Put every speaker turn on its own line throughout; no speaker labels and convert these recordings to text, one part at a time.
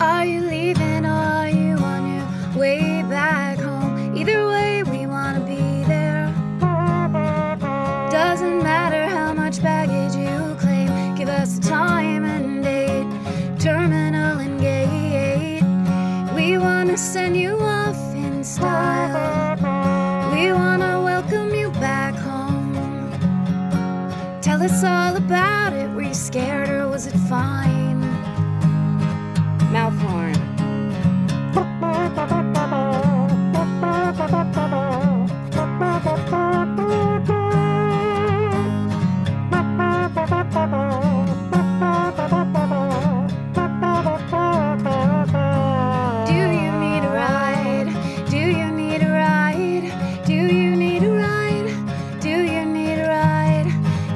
Are you leaving or are you on your way back home? Either way, we want to be there. Doesn't matter how much baggage you claim, give us a time and date, terminal and gate. We want to send you off in style. We want to welcome you back home. Tell us all about it. Were you scared or was it fine? Mouth horn. Do you need a ride? Do you need a ride? Do you need a ride? Do you need a ride?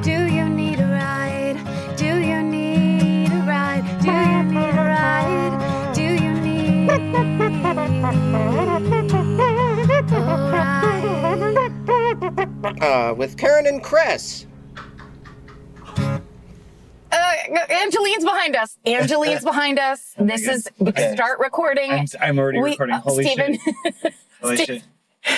Do you need a ride? Do you need a ride? Do you need a ride? Do you need a ride?
Uh, with Karen and Cress.
Uh, Angeline's behind us. Angeline's behind us. This is
Okay.
start recording.
I'm, I'm already
We-
recording.
uh,
Holy
Steven.
shit. Holy shit.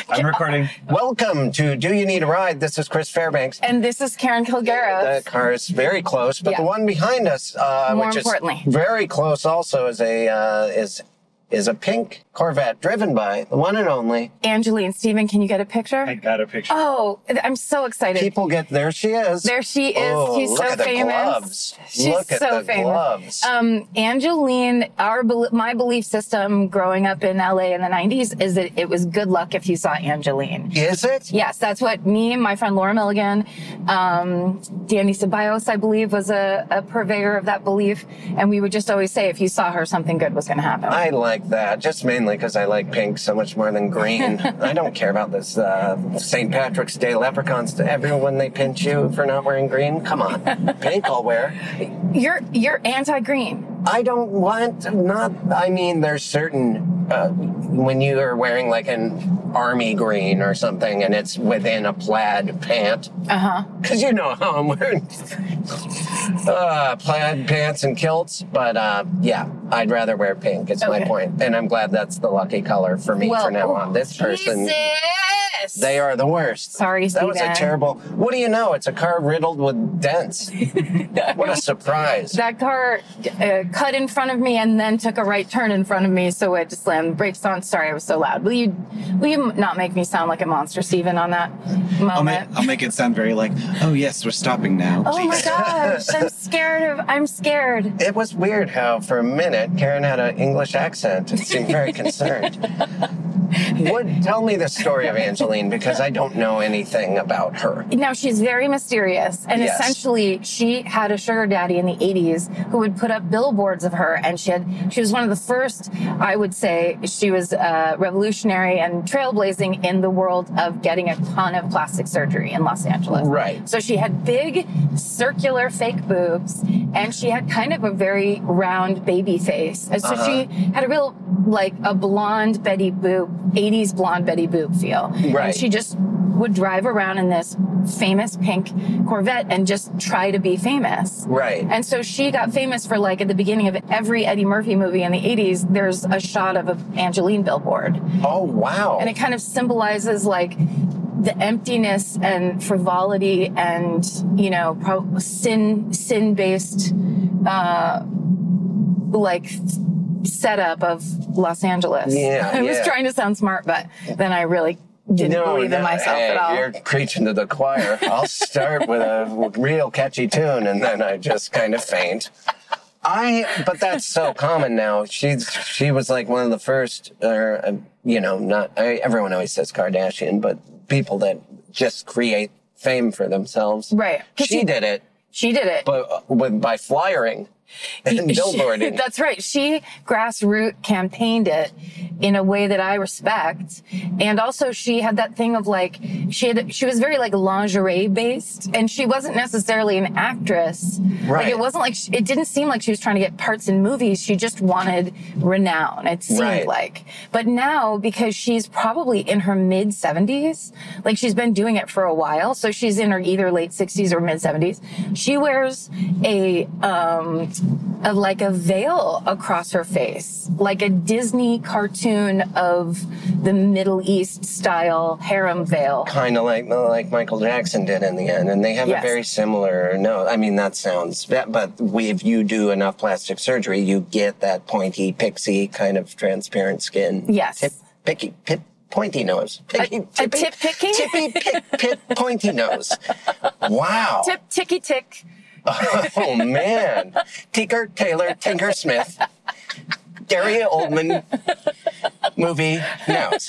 I'm recording.
Welcome to Do You Need a Ride? This is Chris Fairbanks.
and this is Karen Kilgara.
The car is very close, but
Yeah.
the one behind us, uh,
More
which
importantly.
is very close, also is a uh, is is a pink Corvette driven by the one and only.
Angeline, Steven, can you get a picture?
I got a picture.
oh, th- I'm so excited.
People get there. She is.
there she is.
Oh,
She's
look
so
at the
famous.
gloves.
She's
look at
so
the
famous.
gloves.
Um, Angeline, our bel- my belief system growing up in LA in the 90s is that it was good luck if you saw Angeline.
is it?
Yes, that's what me and my friend Laura Milligan, um, Danny Ceballos, I believe, was a, a purveyor of that belief. And we would just always say, if you saw her, something good was going to happen.
I like that just mainly because I like pink so much more than green. I don't care about this uh, St. Patrick's Day leprechauns to everyone they pinch you for not wearing green. Come on, pink I'll wear.
you're you're anti-green.
I don't want not. I mean, there's certain uh, when you are wearing like an army green or something, and it's within a plaid pant.
Uh huh.
Because you know how I'm wearing uh, plaid pants and kilts. But uh, yeah, I'd rather wear pink, is my
Okay.
point. And I'm glad that's the lucky color for me
Well,
for now on. This person,
Jesus!
they are the worst.
Sorry,
That was a
Steven.
terrible. What do you know? It's a car riddled with dents. what a surprise.
That car uh, cut in front of me and then took a right turn in front of me, so it just slammed the brakes on. Sorry, I was so loud. Will you will you not make me sound like a monster, Steven, on that
I'll make,
moment?
I'll make it sound very like, oh yes, we're stopping now.
Oh my gosh, I'm scared of. I'm scared.
It was weird how, for a minute, Karen had an English accent and seemed very concerned. Would tell me the story of Angeline because I don't know anything about her.
Now she's very mysterious, and
Yes.
essentially she had a sugar daddy in the '80s who would put up billboards of her, and she had she was one of the first, I would say, she was uh, revolutionary and trailblazing in the world of getting a ton of plastic surgery in Los Angeles.
Right.
So she had big circular fake boobs, and she had kind of a very round baby face, and so
Uh-huh.
she had a real like a blonde Betty Boop '80s blonde Betty Boop feel.
Right.
And she just would drive around in this famous pink Corvette and just try to be famous.
Right.
And so she got famous for like at the beginning of every Eddie Murphy movie in the 80s, there's a shot of an Angeline billboard.
Oh, wow.
And it kind of symbolizes like the emptiness and frivolity and, you know, pro- sin, sin based, uh, like setup of Los Angeles.
Yeah,
I was
yeah.
trying to sound smart, but then I really didn't
No,
believe
no,
in myself
hey,
at all.
You're preaching to the choir. I'll start with a real catchy tune and then I just kind of faint. I, but that's so common now. She's, she was like one of the first, or, uh, you know, not, I, everyone always says Kardashian, but people that just create fame for themselves.
Right. 'Cause
She
she-
did it,
She did it.
but uh, with, by flyering. And billboarding.
that's right. She grassroots campaigned it in a way that I respect. And also she had that thing of like, she had, she was very like lingerie based and she wasn't necessarily an actress. Like
Right.
it wasn't like, she, it didn't seem like she was trying to get parts in movies. She just wanted renown. It seemed
Right.
like, but now because she's probably in her mid seventies, like she's been doing it for a while. So she's in her either late sixties or mid seventies. She wears a, um, a, like a veil across her face, like a Disney cartoon of the Middle East style harem veil.
kind of like like Michael Jackson did in the end, and they have
Yes.
a very similar. No, I mean that sounds. That, but we, if you do enough plastic surgery, you get that pointy pixie kind of transparent skin.
Yes.
Tip, picky, pip, pointy nose. Picky,
A- a tip picky?
Tippy pick, pit, pointy nose. Wow.
Tip ticky tick.
Oh man. Tinker Taylor Tinker Smith. Gary Oldman movie nose.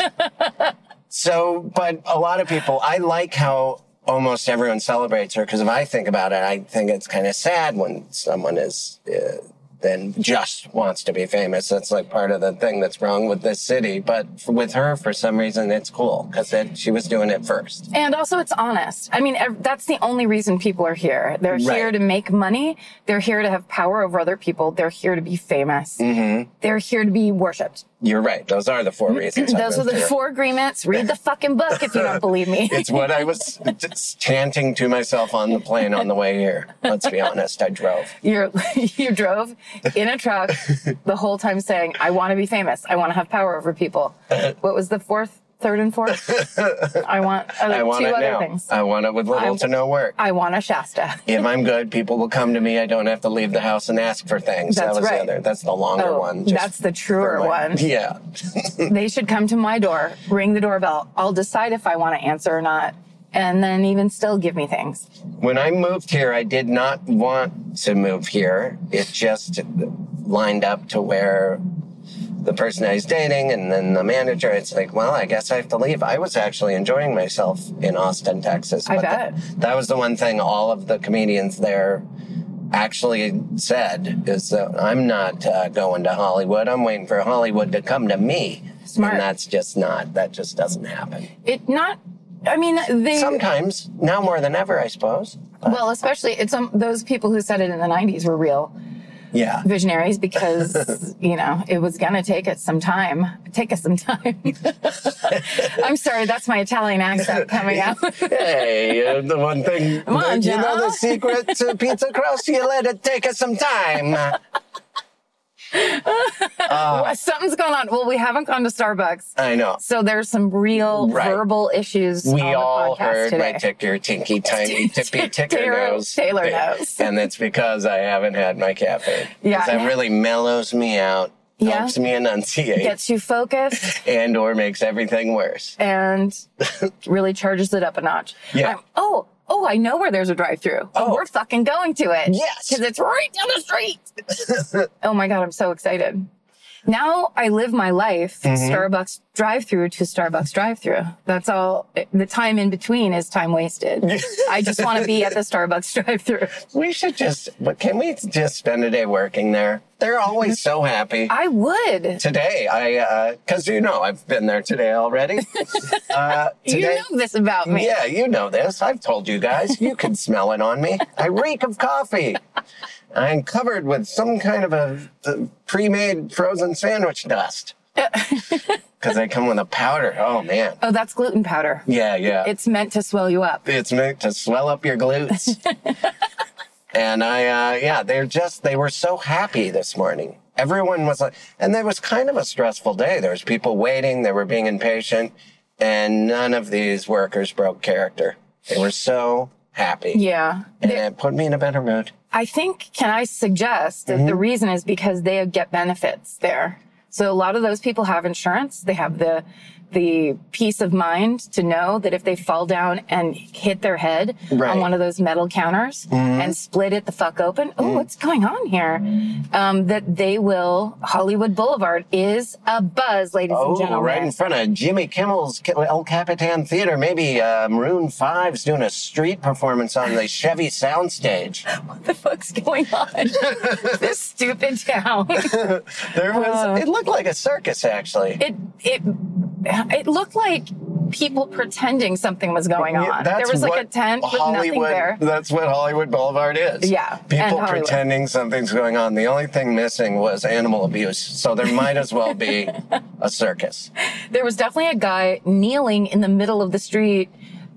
So, but a lot of people, I like how almost everyone celebrates her because if I think about it, I think it's kind of sad when someone is uh, then just wants to be famous. That's like part of the thing that's wrong with this city. But f- with her, for some reason, it's cool because she was doing it first.
And also, it's honest. I mean, ev- that's the only reason people are here. They're here
Right.
to make money. They're here to have power over other people. They're here to be famous.
Mm-hmm.
They're here to be worshipped.
You're right. Those are the four reasons. I
Mm-hmm. Those are
went
the
through.
four agreements. Read the fucking book if you don't believe me.
It's what I was just chanting to myself on the plane on the way here. Let's be honest, I drove.
You're, you drove in a truck the whole time saying, I want to be famous. I want to have power over people. What was the fourth, third, and fourth? I want, uh,
I want
two
it
other
now.
things.
I want it with little
I-
to no work.
I want a Shasta.
if I'm good, people will come to me. I don't have to leave the house and ask for things.
That's
that was
right.
the other. That's the longer
Oh,
one. just
that's the
for
truer
my-
one.
Yeah.
they should come to my door, ring the doorbell. I'll decide if I want to answer or not, and then even still give me things.
When I moved here, I did not want to move here. It just lined up to where the person I was dating and then the manager, it's like, well, I guess I have to leave. I was actually enjoying myself in Austin, Texas.
I
but
bet.
That, that was the one thing all of the comedians there actually said is that I'm not uh, going to Hollywood. I'm waiting for Hollywood to come to me.
Smart.
And that's just not, that just doesn't happen.
It not, I mean, they,
Sometimes, now more than ever, I suppose.
well, especially it's um, those people who said it in the 90s were real
Yeah.
visionaries because, you know, it was going to take us some time. Take us some time. I'm sorry, that's my Italian accent coming out.
Hey, uh, the one thing
Come on,
you
John.
know the secret to pizza crust. You let it take us some time.
Something's going on. Well, we haven't gone to Starbucks.
I know.
So there's some real
Right.
verbal issues.
We
on the
all
podcast
heard
today.
my ticker, tinky, tiny, tippy, ticker
Taylor-
nose.
Taylor
thing.
nose.
And it's because I haven't had my caffeine. 'Cause
Yeah.
That really mellows me out,
Yeah.
helps me enunciate,
Gets you focused.
and or makes everything worse.
and really charges it up a notch.
Yeah.
I'm- oh, oh, I know where there's a drive-through. Oh,
Oh.
we're fucking going to it.
Yes.
Because it's right down the street. oh my God, I'm so excited. Now I live my life
Mm-hmm.
Starbucks drive through to Starbucks drive through. That's all. The time in between is time wasted. I just want to be at the Starbucks drive through.
We should just, but can we just spend a day working there? They're always so happy.
Mm-hmm. I would.
today i because you know i've been there today already uh, today
You know this about me.
yeah you know this i've told you guys you can smell it on me i reek of coffee i'm covered with some kind of a, a pre-made frozen sandwich dust because they come with a powder oh man
Oh, that's gluten powder.
yeah yeah
It's meant to swell you up.
it's meant to swell up your glutes. and I, uh, yeah, they're just, they were so happy this morning. Everyone was like, and there was kind of a stressful day. There was people waiting, they were being impatient, and none of these workers broke character. They were so happy.
Yeah.
And it put me in a better mood.
I think, can I suggest that the
Mm-hmm.
reason is because they get benefits there. So a lot of those people have insurance. They have the the peace of mind to know that if they fall down and hit their head
Right. Mm-hmm.
on one of those metal counters and split it the fuck open, oh, what's going on here? Um, that they will. Hollywood Boulevard is a buzz, ladies and
Oh,
gentlemen.
right in front of Jimmy Kimmel's Ki- El Capitan Theater. Maybe uh, Maroon 5's doing a street performance on the Chevy soundstage.
What the fuck's going on? this stupid town.
There was.
Uh.
it looked like a circus, actually.
it it it looked like people pretending something was going on.
Yeah,
there was like a
what
tent with nothing
Hollywood-
there.
That's what Hollywood Boulevard is.
Yeah, and
People
Hollywood.
pretending something's going on. The only thing missing was animal abuse. So there might as well be a circus.
There was definitely a guy kneeling in the middle of the street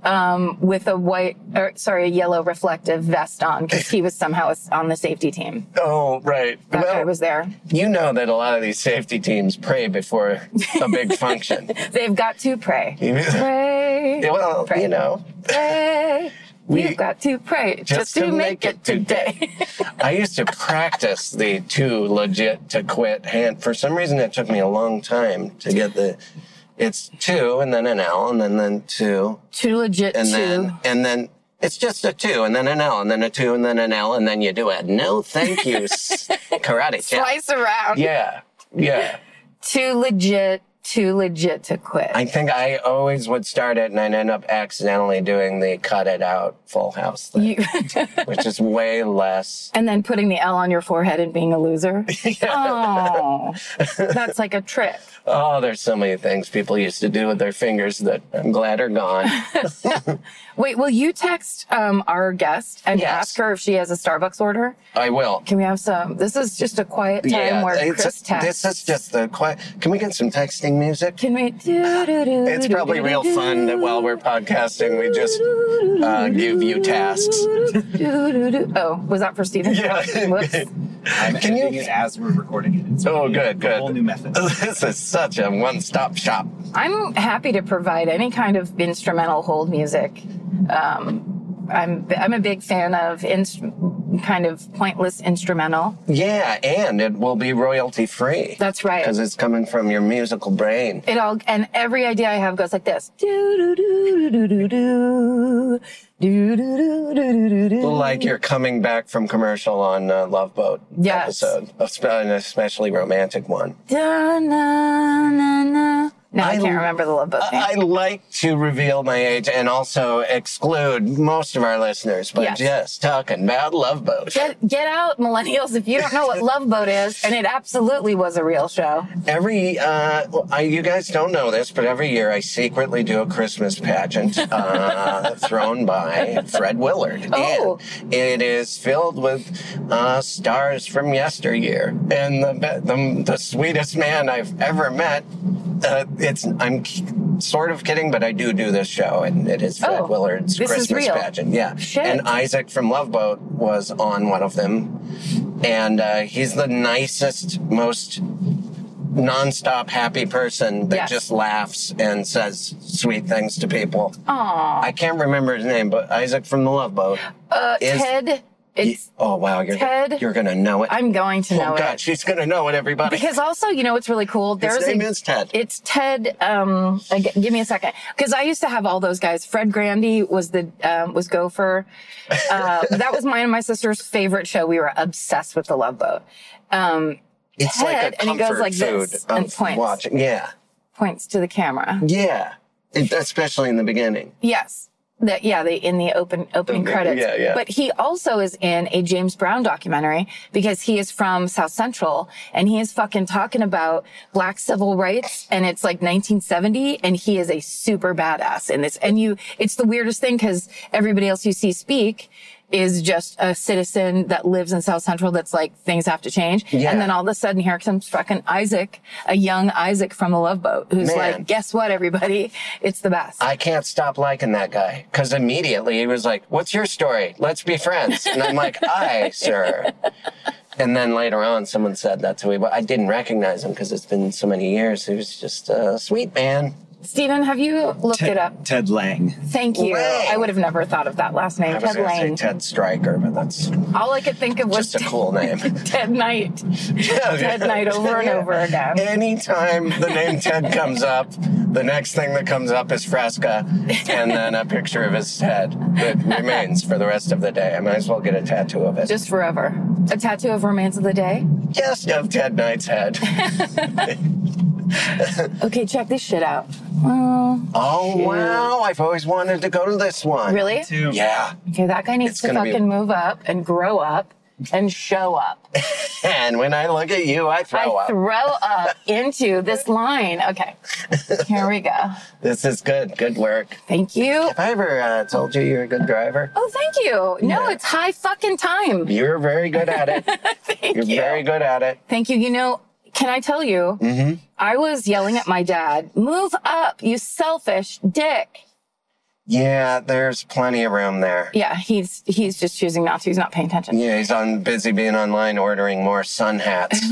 um, with a white or sorry, a yellow reflective vest on because he was somehow on the safety team.
Oh, right.
That guy
well,
was there.
you know that a lot of these safety teams pray before a big function.
They've got to pray.
Yeah,
Pray,
well,
Pray.
you know.
pray.
We-
We've got to pray just, to, make, it today.
I used to practice the too legit to quit hand. For some reason, it took me a long time to get the. It's two and then an L and then then two
Too legit
and
to.
then and then it's just a two and then an L and then a two and then an L and then you do it. No, thank you, s- karate chop.
Slice around.
Yeah, yeah.
Too legit, too legit to quit.
I think I always would start it and I'd end up accidentally doing the cut it out Full House thing,
You-
which is way less.
and then putting the L on your forehead and being a loser. Oh, that's like a trick.
Oh, there's so many things people used to do with their fingers that I'm glad are gone.
Wait, will you text um, our guest and
Yes.
ask her if she has a Starbucks order?
I will.
Can we have some? This is just a quiet time where
it's-
Chris texts.
this is just the quiet. Can we get some texting music?
Can we? Do, do, do,
It's probably real fun that while we're podcasting, we just uh, give you tasks.
Oh, was that for Steven?
Yeah.
Whoops.
I'm
Can you-
editing it as we're recording it. It's
Oh,
gonna be
good,
A
good.
whole new method.
This is such a one-stop shop.
I'm happy to provide any kind of instrumental hold music. Um, I'm I'm a big fan of inst- kind of pointless instrumental.
Yeah, and it will be royalty free.
That's right.
Because it's coming from your musical brain.
It all and every idea I have goes like this. Do do do do do do do do do do do do.
Like you're coming back from commercial on uh, Love Boat
Yes.
episode, Espe- an especially romantic one.
Da, na, na, na. No, I,
I
can't
l-
remember the love boat. name.
I like to reveal my age and also exclude most of our listeners, but
Yes.
just talking about Love Boat.
Get, get out, millennials! If you don't know what Love Boat is, and it absolutely was a real show.
Every, uh, well, I, you guys don't know this, but every year I secretly do a Christmas pageant uh, thrown by Fred Willard.
Oh.
And it is filled with uh, stars from yesteryear. And the, be- the, the sweetest man I've ever met. Uh, it's I'm k- sort of kidding, but I do do this show, and it is Fred
Oh,
Willard's
this is
Christmas
real.
pageant. Yeah,
Shit.
and Isaac from Love Boat was on one of them, and uh, he's the nicest, most nonstop happy person that
Yes.
just laughs and says sweet things to people.
Aww.
I can't remember his name, but Isaac from the Love Boat.
Uh,
is-
Ted, it's
oh wow, you're
Ted-
you're gonna know it.
I'm going to know
oh god,
it
she's gonna know it, everybody.
because also you know what's really cool. There's
his name
a,
is Ted.
it's Ted. Um, I g- give me a second because I used to have all those guys. Fred Grandy was the um, was Gopher. Uh, that was mine and my sister's favorite show. We were obsessed with the Love Boat. Um,
it's like
Ted,
a
and he goes
comfort
like this,
food
and
of
points.
watching. Yeah,
points to the camera.
yeah, It- especially in the beginning.
Yes. That yeah, they in the open opening
Okay,
credits.
yeah, yeah.
But he also is in a James Brown documentary because he is from South Central and he is fucking talking about black civil rights and it's like 1970 and he is a super badass in this. And you it's the weirdest thing cuz everybody else you see speak is just a citizen that lives in South Central that's like things have to change.
Yeah.
And then all of a sudden here comes fucking Isaac, a young Isaac from the Love Boat who's
Man.
like, "Guess what everybody? It's the best."
I can't stop liking that guy because immediately he was like, "What's your story? Let's be friends." And I'm like, "I, sir." And then later on, someone said that to me, but I didn't recognize him because it's been so many years. He was just a sweet man.
Stephen, have you looked
Ted,
it up?
Ted Lang.
Thank you.
Lang.
I would have never thought of that last name,
I was
Ted
going to
Lang.
say Ted Stryker, but that's
All I could think of was
just a cool name.
Ted Knight. Ted Knight over and over again.
Anytime the name Ted comes up, the next thing that comes up is Fresca, and then a picture of his head that remains for the rest of the day. I might as well get a tattoo of it.
Just forever. A tattoo of Romance of the Day.
Just of Ted Knight's head.
Okay, check this shit out. Well,
Oh wow! I've always wanted to go to this one.
really?
Too.
Yeah.
Okay, that guy needs
It's
to
gonna be-
fucking move up and grow up and show up.
And when I look at you, I
I
throw up.
throw up into this line. Okay, here we go.
this is good. Good work.
Thank you.
Have I ever uh, told you you're a good driver?
Oh, thank you. No,
Yeah.
it's high fucking time.
You're very good at it.
Thank
You're very good at it.
Thank you. You know, can I tell you?
Mm-hmm.
I was yelling at my dad, move up, you selfish dick.
Yeah, there's plenty of room there.
Yeah, he's he's just choosing not to. He's not paying attention.
Yeah, he's on busy being online ordering more sun hats.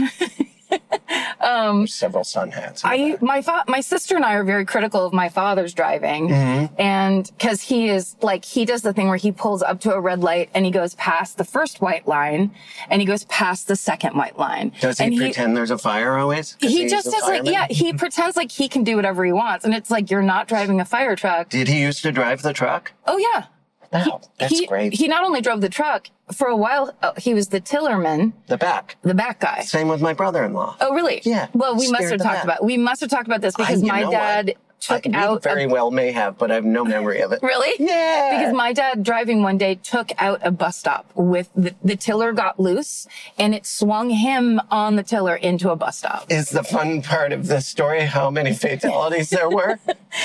um, there's several sun hats. in
I
there.
my fa- my sister and I are very critical of my father's driving,
Mm-hmm.
and because he is like he does the thing where he pulls up to a red light and he goes past the first white line, and he goes past the second white line.
Does he
and
pretend there's a fire always? 'Cause
He
he's
just
a
is like
fireman?
yeah. He pretends like he can do whatever he wants, and it's like you're not driving a fire truck.
Did he used to drive the truck?
Oh yeah,
Wow, that's
he,
great.
He not only drove the truck for a while. uh, he was the tillerman,
the back.
the back guy.
Same with my brother-in-law.
Oh really?
Yeah,
Well, we must
scared
have
to
talked
death.
about we must have talked about this because
you
my
know what?
dad
I,
took
we
out a
very well may have, but I have no memory of it.
Really?
Yeah.
Because my dad driving one day took out a bus stop with the, the tiller got loose and it swung him on the tiller into a bus stop.
is the fun part of the story how many fatalities there were?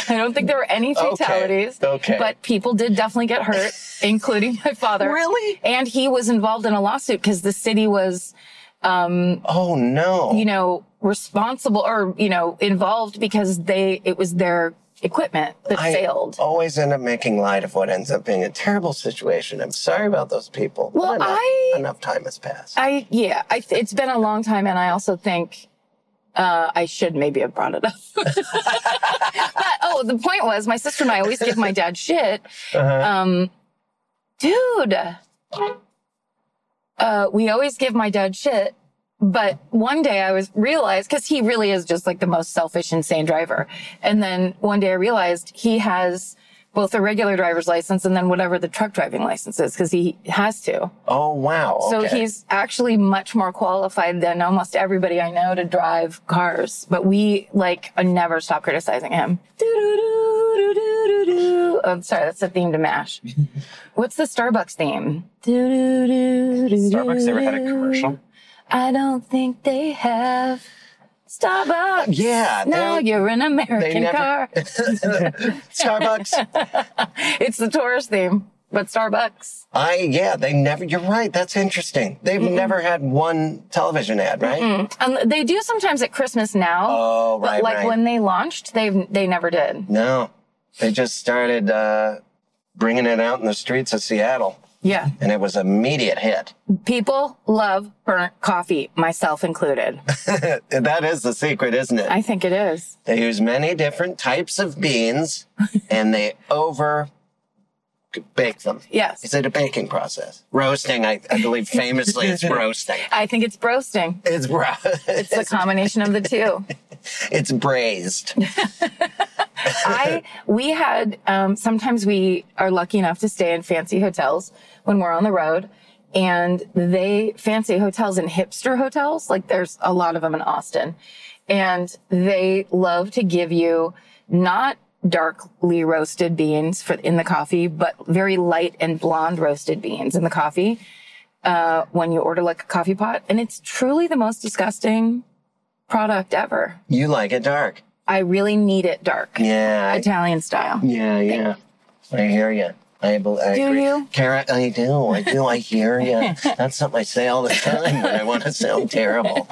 I don't think there were any
Okay,
fatalities.
okay.
But people did definitely get hurt, including my father.
Really?
And he was involved in a lawsuit because the city was,
oh no.
you know, responsible or, you know, involved because they, it was their equipment that
I
failed.
always end up making light of what ends up being a terrible situation. I'm sorry about those people. but
Well,
enough,
I-
enough time has passed.
I, yeah, I, th- it's been a long time and I also think, uh, I should maybe have brought it up. but oh, the point was, my sister and I always give my dad shit. Um, dude, uh, we always give my dad shit. But one day I was realized because he really is just like the most selfish, insane driver. And then one day I realized he has both a regular driver's license and then whatever the truck driving license is because he has to.
oh wow.
So
okay.
he's actually much more qualified than almost everybody I know to drive cars. But we like uh, never stop criticizing him. Doo-doo-doo-doo-doo-doo-doo. Oh, sorry, that's the theme to MASH. What's the Starbucks theme?
Starbucks
Starbucks
ever had a commercial?
I don't think they have Starbucks.
Yeah, they-
Now you're an American
never-
car.
Starbucks.
It's the tourist theme, but Starbucks.
I yeah, they never. You're right. That's interesting. They've never had one television ad, right?
And Um, they do sometimes at Christmas now.
Oh right,
but like
right.
when they launched, they they never did.
no, they just started uh, bringing it out in the streets of Seattle,
Yeah,
and it was immediate hit.
people love burnt coffee, myself included.
that is the secret, isn't it?
I think it is.
They use many different types of beans and they over bake them.
Yes.
Is it a baking process? Roasting, I, I believe famously it's roasting.
I think it's roasting.
It's bro-
It's a combination of the two.
it's braised.
I we had um, sometimes we are lucky enough to stay in fancy hotels when we're on the road, and they fancy hotels and hipster hotels like there's a lot of them in Austin, and they love to give you not darkly roasted beans for in the coffee, but very light and blonde roasted beans in the coffee uh, when you order like a coffee pot, and it's truly the most disgusting product ever.
You like it dark.
I really need it dark.
Yeah. I-
Italian style.
yeah, yeah. I hear you. I, bel I
Do
agree.
you?
Kara, I do. I do. I hear you. That's something I say all the time when I want to sound terrible.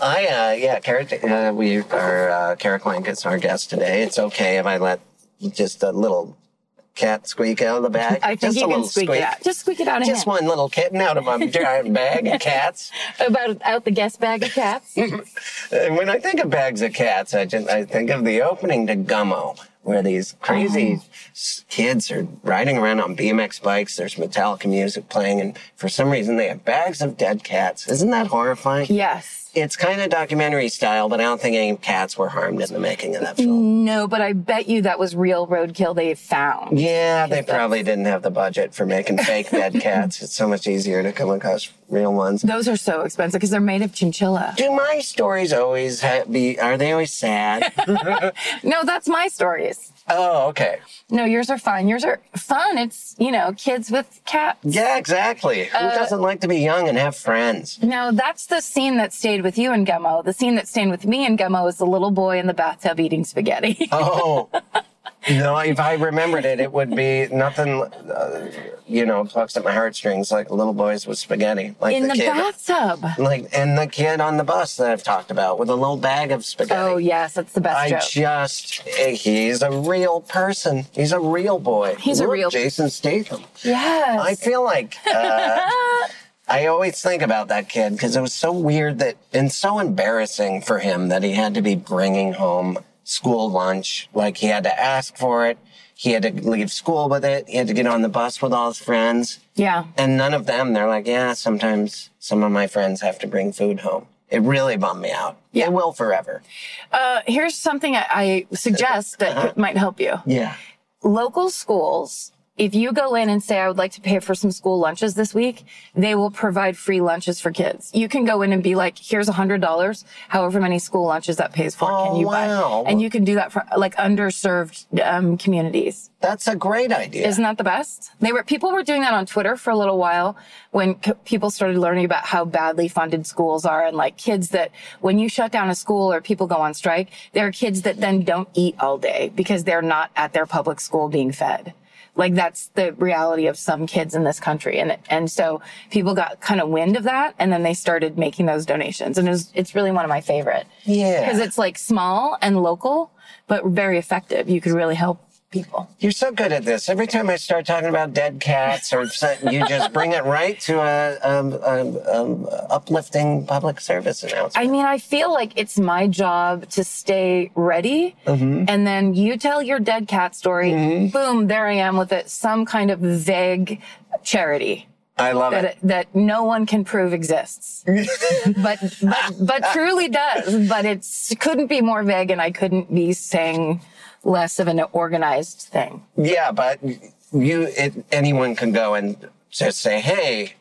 I, uh, yeah, Kara, uh, we are, uh, Kara Klein is our guest today. It's okay if I let just a little cat squeak out of the bag?
I think
Just
you
a
can
little
squeak, it out. Just squeak it out. in
Just
hand.
one little kitten out of my giant bag of cats.
About out the guest bag of cats.
And when I think of bags of cats, I just I think of the opening to Gummo, where these crazy s kids are riding around on BMX bikes. There's Metallica music playing, and for some reason they have bags of dead cats. Isn't that horrifying?
yes.
It's kind of documentary style, but I don't think any cats were harmed in the making of that film.
No, but I bet you that was real roadkill they found.
Yeah, they probably didn't have the budget for making fake dead cats. It's so much easier to come across real ones.
Those are so expensive because they're made of chinchilla.
Do my stories always ha- be? Are they always sad?
No, that's my stories.
oh, okay.
No, yours are fun. Yours are fun. It's, you know, kids with cats.
Yeah, exactly. Who
Uh,
doesn't like to be young and have friends?
Now, that's the scene that stayed with you in Gummo. The scene that stayed with me in Gummo is the little boy in the bathtub eating spaghetti.
Oh. No, if I remembered it, it would be nothing, uh, you know, plucks at my heartstrings like little boys with spaghetti. Like
in the
kid,
bathtub.
Like, and the kid on the bus that I've talked about with a little bag of spaghetti.
Oh, yes, that's the best
I
joke.
just, eh, he's a real person. He's a real boy.
He's a
Look,
real-
Jason Statham.
yes.
I feel like uh, I always think about that kid because it was so weird that and so embarrassing for him that he had to be bringing home school lunch. Like he had to ask for it. He had to leave school with it. He had to get on the bus with all his friends.
yeah.
And none of them, they're like, yeah, sometimes some of my friends have to bring food home. It really bummed me out. It will forever.
Uh, here's something I, I suggest
Uh-huh.
that might help you.
Yeah.
Local schools, if you go in and say, I would like to pay for some school lunches this week, they will provide free lunches for kids. You can go in and be like, here's $100, however many school lunches that pays for.
Oh,
can you
wow.
buy? And you can do that for like underserved um, communities.
That's a great idea.
Isn't that the best? They were people were doing that on Twitter for a little while when c- people started learning about how badly funded schools are and like kids that when you shut down a school or people go on strike, there are kids that then don't eat all day because they're not at their public school being fed. Like that's the reality of some kids in this country, and and so people got kind of wind of that, and then they started making those donations, and it's it's really one of my favorite
yeah.
because it's like small and local, but very effective. You could really help people.
You're so good at this. Every time I start talking about dead cats or something, you just bring it right to a, um um um uplifting public service announcement.
I mean, I feel like it's my job to stay ready. And then you tell your dead cat story. Boom, there I am with it, some kind of vague charity
I love it.
that, that no one can prove exists. but, but, but truly does. But it's couldn't be more vague and I couldn't be saying less of an organized thing.
Yeah, but you, it, anyone can go and just say, "Hey,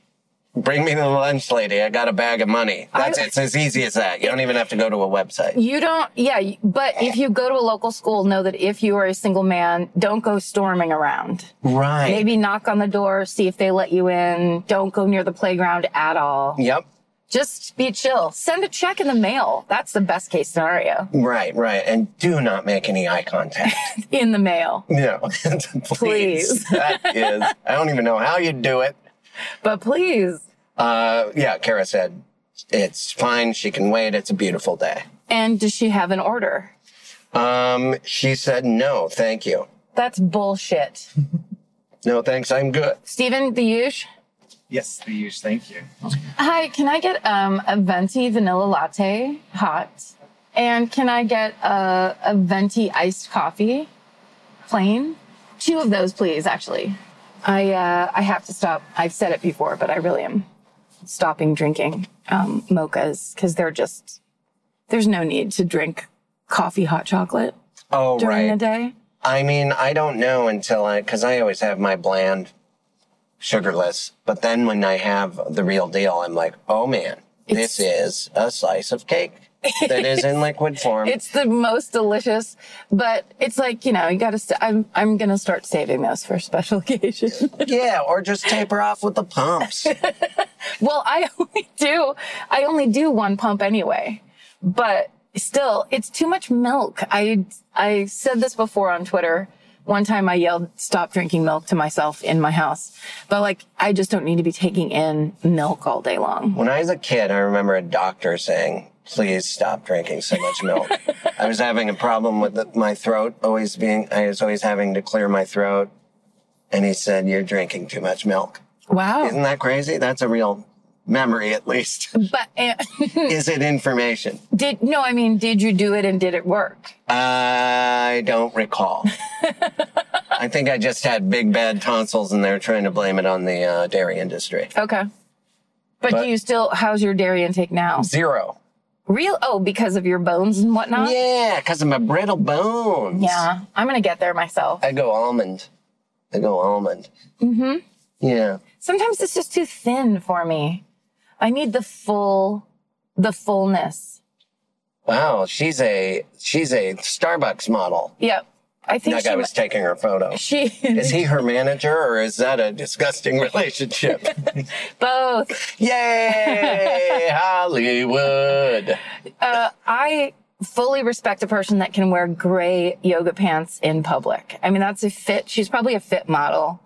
bring me the lunch lady. I got a bag of money." That's
I-
it. It's as easy as that. You don't even have to go to a website.
You don't, yeah, y- but if you go to a local school, know that if you are a single man, don't go storming around.
Right.
Maybe knock on the door, see if they let you in. Don't go near the playground at all.
Yep.
Just be chill. Send a check in the mail. That's the best case scenario.
Right. Right. And do not make any eye contact.
In the mail.
no. Please.
Please.
that is. I don't even know how you do it.
But please.
Uh, yeah, Kara said, it's fine. She can wait. It's a beautiful day.
And does she have an order?
Um, she said, no, thank you.
That's bullshit.
No, thanks. I'm good.
Stephen, the usual.
Yes, the huge thank you.
Hi, can I get um, a venti vanilla latte, hot? And can I get a, a venti iced coffee, plain? Two of those, please. Actually, I uh, I have to stop. I've said it before, but I really am stopping drinking um, mochas because they're just there's no need to drink coffee hot chocolate
Oh,
during the
right.
day.
I mean, I don't know until I, cause I always have my bland sugarless, but then when I have the real deal, I'm like, oh man, this is a slice of cake that is in liquid form.
It's the most delicious, but it's like you know you got to. St- I'm I'm gonna start saving those for special occasions.
yeah. Or just taper off with the pumps.
Well, I only do I only do one pump anyway. But still, it's too much milk. I I said this before on Twitter. One time I yelled stop drinking milk to myself in my house. But like I just don't need to be taking in milk all day long.
When I was a kid, I remember a doctor saying, please stop drinking so much milk. I was having a problem with the, my throat always being, I was always having to clear my throat. and he said, You're drinking too much milk.
Wow.
Isn't that crazy? That's a real memory, at least.
But uh,
Is it information?
did no, I mean, did you do it and did it work?
I don't recall. I think I just had big bad tonsils and they're trying to blame it on the uh, dairy industry.
Okay. But,
But-
do you still how's your dairy intake now?
Zero.
Real oh, because of your bones and whatnot?
Yeah, because of my brittle bones.
Yeah, I'm gonna get there myself.
I go almond. I go almond. Mm-hmm. Yeah.
Sometimes it's just too thin for me. I need the full the fullness.
Wow, she's a she's a Starbucks model.
Yep. I think
That
she
guy was taking her photo.
she
Is he her manager or is that a disgusting relationship?
both.
Yay, Hollywood.
Uh, I fully respect a person that can wear gray yoga pants in public. I mean, that's a fit. She's probably a fit model,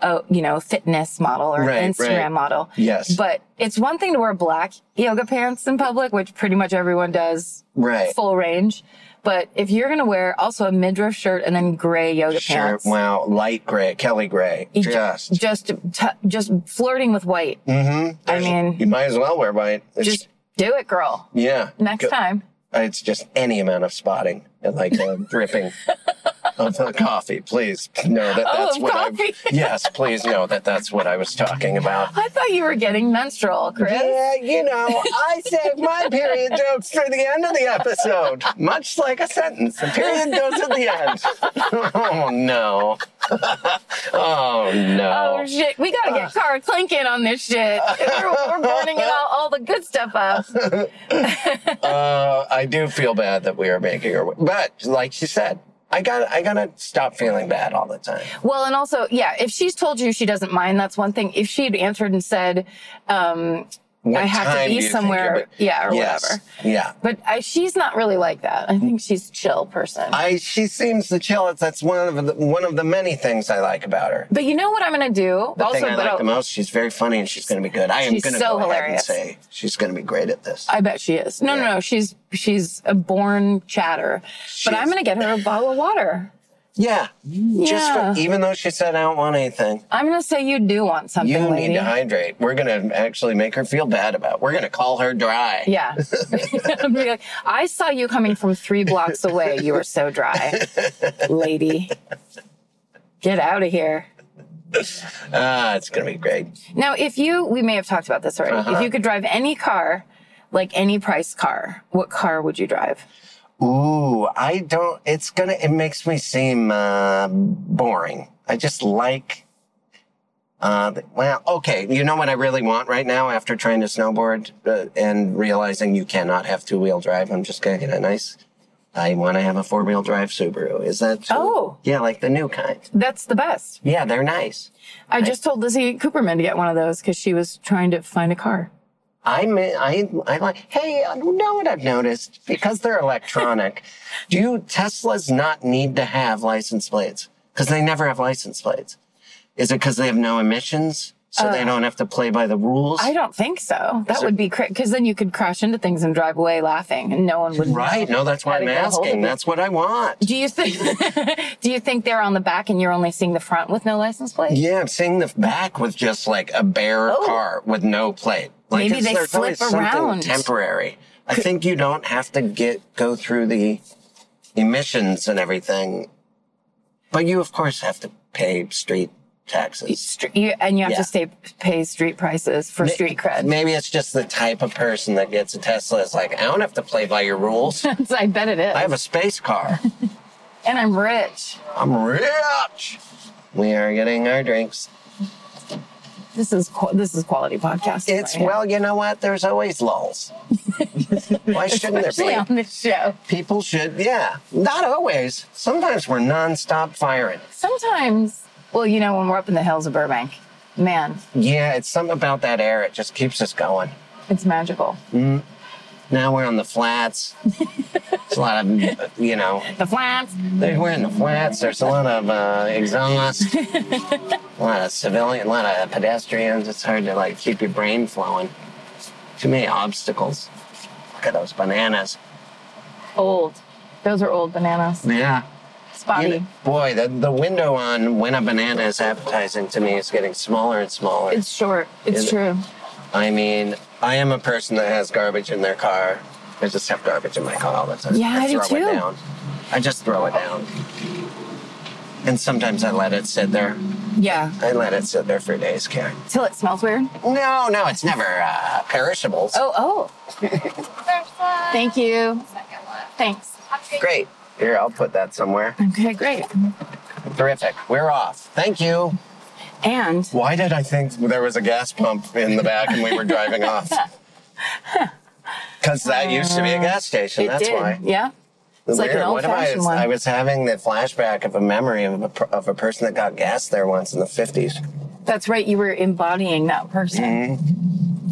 uh, you know, fitness model or
Right,
Instagram
right.
model.
Yes.
But it's one thing to wear black yoga pants in public, which pretty much everyone does
Right.
full range. But if you're going to wear also a midriff shirt and then gray yoga
Sure.
pants,
Wow. Light gray, Kelly gray.
you ju-
Just.
just, t- just flirting with white.
Mm-hmm.
I mean-
you might as well wear white. It's,
Just do it, girl.
yeah.
Next
Go-
time.
It's just any amount of spotting and like uh, dripping of the coffee. Please know that
Oh,
that's
of
what
coffee.
I. Yes, please know that that's what I was talking about.
I thought you were getting menstrual, Chris.
Yeah, you know, I save my period jokes for the end of the episode, much like a sentence. The period goes at the end. oh no! oh no!
Oh shit, we gotta
Ah.
get Cara Clink in on this shit. We're, we're burning it all, all the good stuff up. Oh,
Uh, I do feel bad that we are making her, but like she said, I got I gotta stop feeling bad all the time.
Well, and also, yeah, if she's told you she doesn't mind, that's one thing. If she had answered and said, um,
What
I have
time
to
do you
be
think
somewhere,
you'll be-
yeah, or
Yes.
whatever.
Yeah.
But I, she's not really like that. I think she's chill person.
I she seems to chill. It's- That's one of the one of the many things I like about her.
but you know what I'm gonna do?
The
also,
thing I
but
like
I'll-
the most, she's very funny and she's going to be good. I am
She's
going to
so
go
hilarious.
ahead and say she's going to be great at this.
I bet she is. No, no, no. She's she's a born chatter. but I'm
is.
gonna get her a bottle of water.
yeah. Just
Yeah.
for, even though she said I don't want anything,
I'm gonna say you do want something,
you
lady.
need to hydrate. We're going to actually make her feel bad about. It. We're going to call her dry.
Yeah. I'm gonna be like, I saw you coming from three blocks away. You were so dry, lady. Get out of here.
Ah, it's going to be great.
Now, if you, we may have talked about this already.
Uh-huh.
If you could drive any car, like any price car, what car would you drive?
Ooh, I don't. It's gonna. It makes me seem uh, boring. I just like. Uh, th- well, okay. You know what I really want right now after trying to snowboard uh, and realizing you cannot have two wheel drive. I'm just gonna get a nice. I want to have a four wheel drive Subaru. Is that? too-
Oh.
Yeah, like the new kind.
That's the best.
Yeah, they're nice.
I just told Lizzie Cooperman to get one of those because she was trying to find a car.
I mi- I I like. Hey, uh, you know what I've noticed because they're electronic. do you Teslas not need to have license plates because they never have license plates? Is it because they have no emissions, so they don't have to play by the rules?
Uh, I don't think so. That would be crazy because then you could crash into things and drive away laughing, and no one would.
right? No, that's why
Gotta
I'm
get a hold of
asking.
it.
That's what I want.
Do you think? do you think they're on the back and you're only seeing the front with no license plate?
Yeah, I'm seeing the back with just like a bare
Oh.
car with no plate. Like
Maybe
it's-
they
there's always
flip
something
around.
Temporary. I think you don't have to get go through the emissions and everything, but you of course have to pay street taxes.
Stre- you, and you have
Yeah.
to stay pay street prices for street cred.
Maybe it's just the type of person that gets a Tesla. It's like I don't have to play by your rules.
So I bet it is.
I have a space car.
and I'm rich.
I'm rich. We are getting our drinks.
This is qu- this is quality podcasting.
It's
right here.
well, you know what? There's always lulls. Why shouldn't there
Especially
be?
on this show.
People should, yeah. Not always. Sometimes we're nonstop firing.
Sometimes, well, you know, when we're up in the hills of Burbank, man,
Yeah, it's something about that air. It just keeps us going.
it's magical.
Now we're on the flats. It's a lot of, you know,
The flats.
they- we're in the flats. There's a lot of uh, exhaust, a lot of civilian, a lot of pedestrians. It's hard to like keep your brain flowing. Too many obstacles. Look at those bananas.
Old. Those are old bananas.
Yeah.
Spotty.
You know, boy, the, the window on when a banana is appetizing to me is getting smaller and smaller.
it's short. It's
Is it?
true.
I mean, I am a person that has garbage in their car. I just have garbage in my car all the time.
Yeah, I do
throw
too.
It down. I just throw it down. And sometimes I let it sit there.
Yeah.
I let it sit there for days, Karen.
Till it smells weird.
No, no, it's never uh, perishables.
Oh,
First
oh.
one.
Thank you.
Second one.
Thanks.
Great. Here, I'll put that somewhere.
Okay, great.
Terrific. We're off. Thank you.
And
Why did I think there was a gas pump in the back and we were driving off? Because that used to be a gas station.
Uh, it
that's
did.
why.
Yeah. It's like an
What am I?
old-fashioned one.
I was having the flashback of a memory of a, per- of a person that got gassed there once in the 50s.
That's right. You were embodying that person.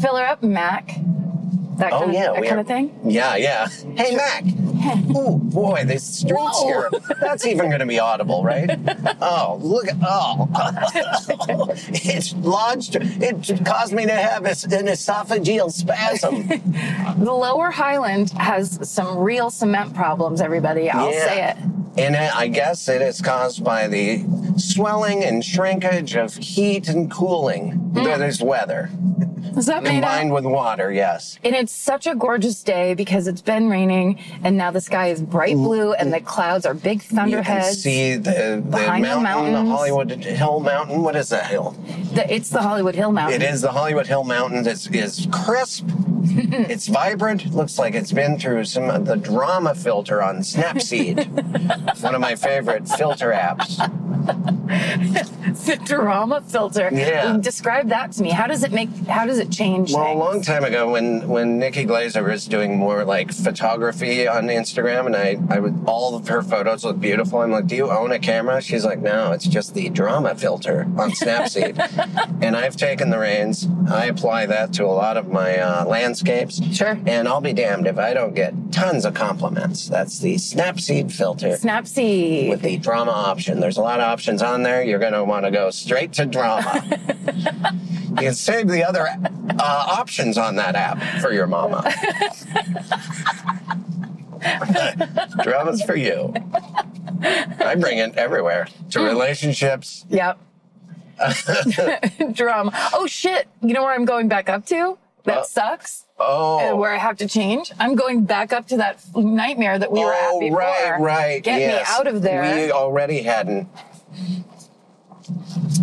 Fill her up, Mac. That
Mm-hmm.
kind,
Oh,
of,
yeah.
that
we
kind
are-
of thing.
Yeah, yeah. Hey, Mac. oh, boy, the streets
Whoa.
here. That's even going to be audible, right? oh, look. at- Oh. it's lodged. It caused me to have a s an esophageal spasm.
The Lower Highland has some real cement problems, everybody. I'll
Yeah.
say it.
And it, I guess it is caused by the swelling and shrinkage of heat and cooling.
Hmm.
That is weather
Is that made up?
combined with water, yes.
And it's such a gorgeous day because it's been raining and now the sky is bright blue and the clouds are big
Mm. You can
thunderheads.
see the, the
Behind the
mountain, the,
mountains.
Hollywood Hill Mountain. What is that hill?
The- it's the Hollywood Hill Mountain.
It is the Hollywood Hill Mountain. It's is crisp. it's vibrant. Looks like it's been through some of the drama filter on Snapseed. It's one of my favorite filter apps.
the drama filter.
Yeah.
Describe that to me. How does it make? How does it change?
Well, a
things?
long time ago, when when Nikki Glazer was doing more like photography on Instagram, and I, I would all of her photos look beautiful. I'm like, do you own a camera? She's like, no, it's just the drama filter on Snapseed. and I've taken the reins. I apply that to a lot of my uh, landscapes.
Sure.
And I'll be damned if I don't get tons of compliments. That's the Snapseed filter.
Snapseed.
with the drama option. There's a lot of options on there. You're going to want to go straight to drama. you can save the other uh, options on that app for your mama. Drama's for you. I bring it everywhere to relationships.
yep. Drum. Oh shit! You know where I'm going back up to? That
Uh,
sucks.
Oh,
Uh, where I have to change. I'm going back up to that nightmare that we were at
oh
before.
right, right.
Get
yes.
me out of there.
We already hadn't.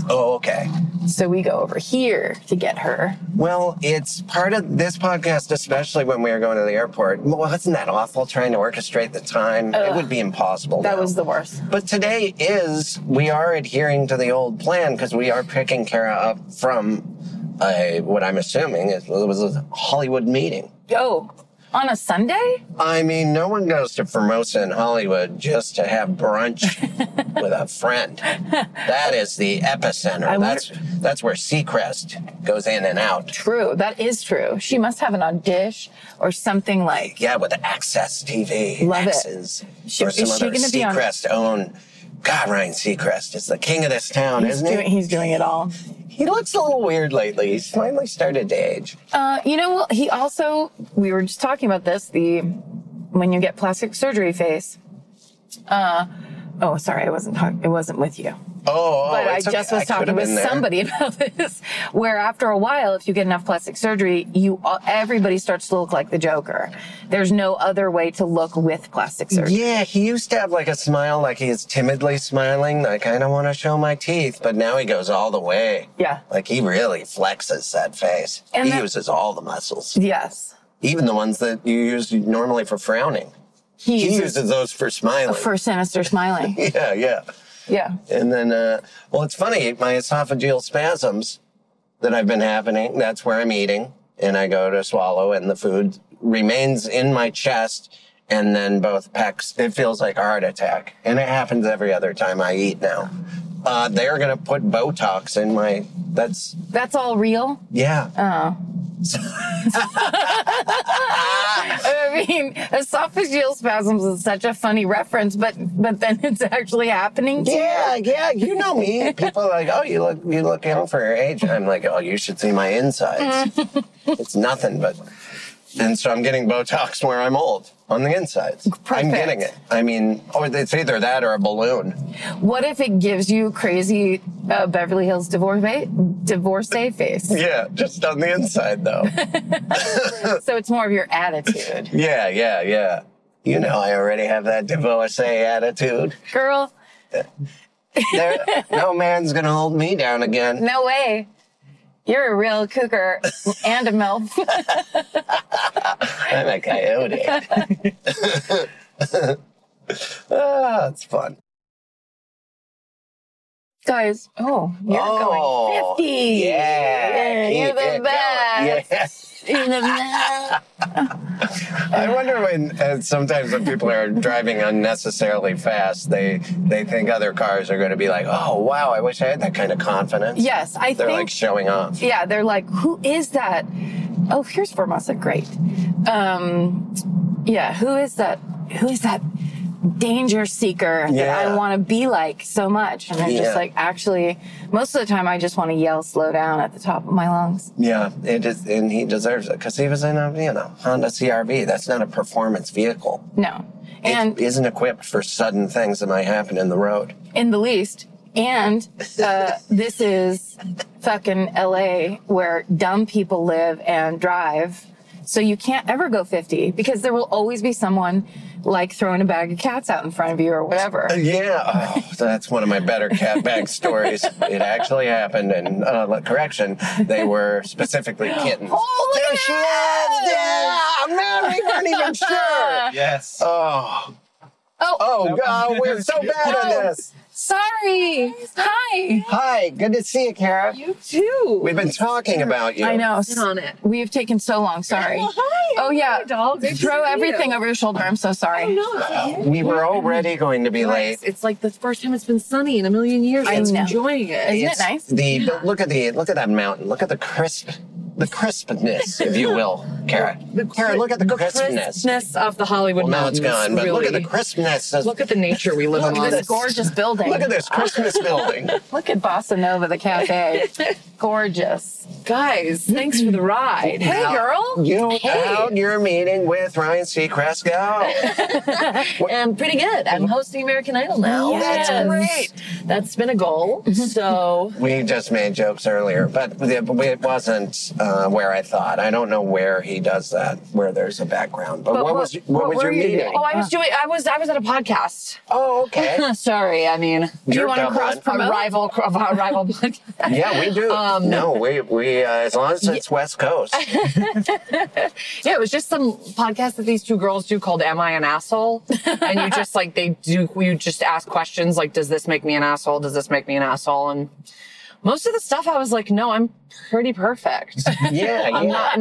Oh, okay.
so we go over here to get her.
Well, it's part of this podcast, especially when we were going to the airport. Well, wasn't that awful trying to orchestrate the time? it would be impossible.
That
now.
was the worst.
But today is we are adhering to the old plan because we are picking Kara up from a, what I'm assuming is, was a Hollywood meeting.
Oh, on a Sunday?
I mean, no one goes to Formosa in Hollywood just to have brunch with a friend. That is the epicenter.
I wonder-
that's that's where Seacrest goes in and out.
True. That is true. She must have an audition or something like.
Yeah, with Access TV.
Love it.
Access,
She-
or some
is she
other
gonna be on-
Seacrest own. God, Ryan Seacrest is the king of this town,
He's
isn't
doing,
he?
he's doing it all.
He looks a little weird lately. He's finally started to age.
Uh, you know, what? he also, we were just talking about this, the, when you get plastic surgery face. Uh, oh, sorry. I wasn't talking, it wasn't with you,
Oh,
but
oh
I
it's
just
okay.
was
I could've
talking with
been there.
somebody about this, where after a while, if you get enough plastic surgery, you, all- everybody starts to look like the Joker. There's no other way to look with plastic surgery.
Yeah, he used to have like a smile, like he is timidly smiling, like I don't want to show my teeth, but now he goes all the way.
Yeah.
Like he really flexes that face.
And
he
that-
uses all the muscles,
Yes.
even the ones that you use normally for frowning. He uses those for smiling.
for sinister smiling.
yeah, yeah.
Yeah.
And then, uh, well, it's funny, my esophageal spasms that I've been happening, that's where I'm eating and I go to swallow and the food remains in my chest and then both pecs, it feels like a heart attack. And it happens every other time I eat now. Uh, they're going to put Botox in my, that's,
That's all real.
yeah.
I mean, esophageal spasms is such a funny reference, but but then it's actually happening. To you.
Yeah, yeah, you know me. People are like, oh, you look, you look young for your age. I'm like, oh, you should see my insides. it's nothing but. And so I'm getting Botox where I'm old. on the insides. I'm
Perfect.
getting it. I mean, or it's either that or a balloon.
What if it gives you crazy uh, Beverly Hills divorcee divorcee face?
Yeah, just on the inside though.
So it's more of your attitude,
yeah, yeah, yeah. You know, I already have that divorcee attitude.
girl.
There, no man's gonna hold me down again.
No way. You're a real cougar and a MILF.
I'm a coyote. ah, it's fun.
Guys, oh, you're
Oh,
going 50.
Yeah,
You're
keep
the
it going.
best.
Yeah.
You're the best.
I wonder when uh, sometimes when people are driving unnecessarily fast, they they think other cars are going to be like, "Oh wow, I wish I had that kind of confidence."
Yes, I
they're
think.
like showing off.
yeah, they're like, who is that? Oh, here's Formosa. Great. Um, yeah, who is that? Who is that danger seeker that I
Yeah.
want to be like so much? And I'm
Yeah.
just like, actually, most of the time I just want to yell, slow down at the top of my lungs.
Yeah, it is, and he deserves it because he was in a you know Honda CRV. That's not a performance vehicle.
No.
It
And
isn't equipped for sudden things that might happen in the road.
in the least. And uh, this is fucking LA where dumb people live and drive. So you can't ever go 50 because there will always be someone like throwing a bag of cats out in front of you or whatever.
Yeah, oh, that's one of my better cat bag stories. It actually happened, and uh, look, correction, they were specifically kittens.
Oh, look
there
at
she
that!
is! Yeah, man, we weren't even sure.
Yes.
Oh,
Oh,
oh, God, we're so bad at this.
sorry. Hi.
Hi, good to see you, Kara.
You too.
We've been talking about you.
I know.
Sit on it.
We have taken so long. Sorry.
hi.
Oh, yeah.
Dog.
Throw everything over your shoulder. I'm so sorry.
Oh, No, it's like,
We were already going to be late.
it's, it's like the first time it's been sunny in a million years.
I
I'm
know.
enjoying it.
Isn't it
It's
nice?
The but look at the look at that mountain. Look at the crisp, the crispness, if you will, Kara. Kara, look at the crispness.
crispness of the Hollywood
Well, now it's
mountains.
gone, but look at the
really.
crispness. Of,
Look at the nature we live
Look
on.
at
Look at this
this.
gorgeous building.
look at this Christmas building.
Look at Bossa Nova, the cafe. Gorgeous.
Guys, thanks for the ride.
Hey,
Hal.
girl.
You out your meeting with Ryan Seacrest? Go.
I'm pretty good. I'm hosting American Idol now.
Yes. That's
Oh, great. That's been a goal.
Mm-hmm.
So
We just made jokes earlier, but the- it wasn't uh, where I thought. I don't know where he does that, where there's a background. But,
But
what,
what-
was what,
what
was your
were you
meeting?
doing?
Oh, I was doing I was I was at a podcast.
Oh, okay.
Sorry, I mean
Do you
You're
want to
doubling.
cross
a
promote?
rival a rival podcast.
Yeah, we do.
Um,
no, we we uh, as long as it's West Coast.
Yeah, it was just some podcast that these two girls do called "Am I an Asshole?" and you just like they do. You just ask questions like, "Does this make me an asshole? Does this make me an asshole?" And most of the stuff, I was like, "No, I'm pretty perfect.
Yeah,
I'm
yeah.
not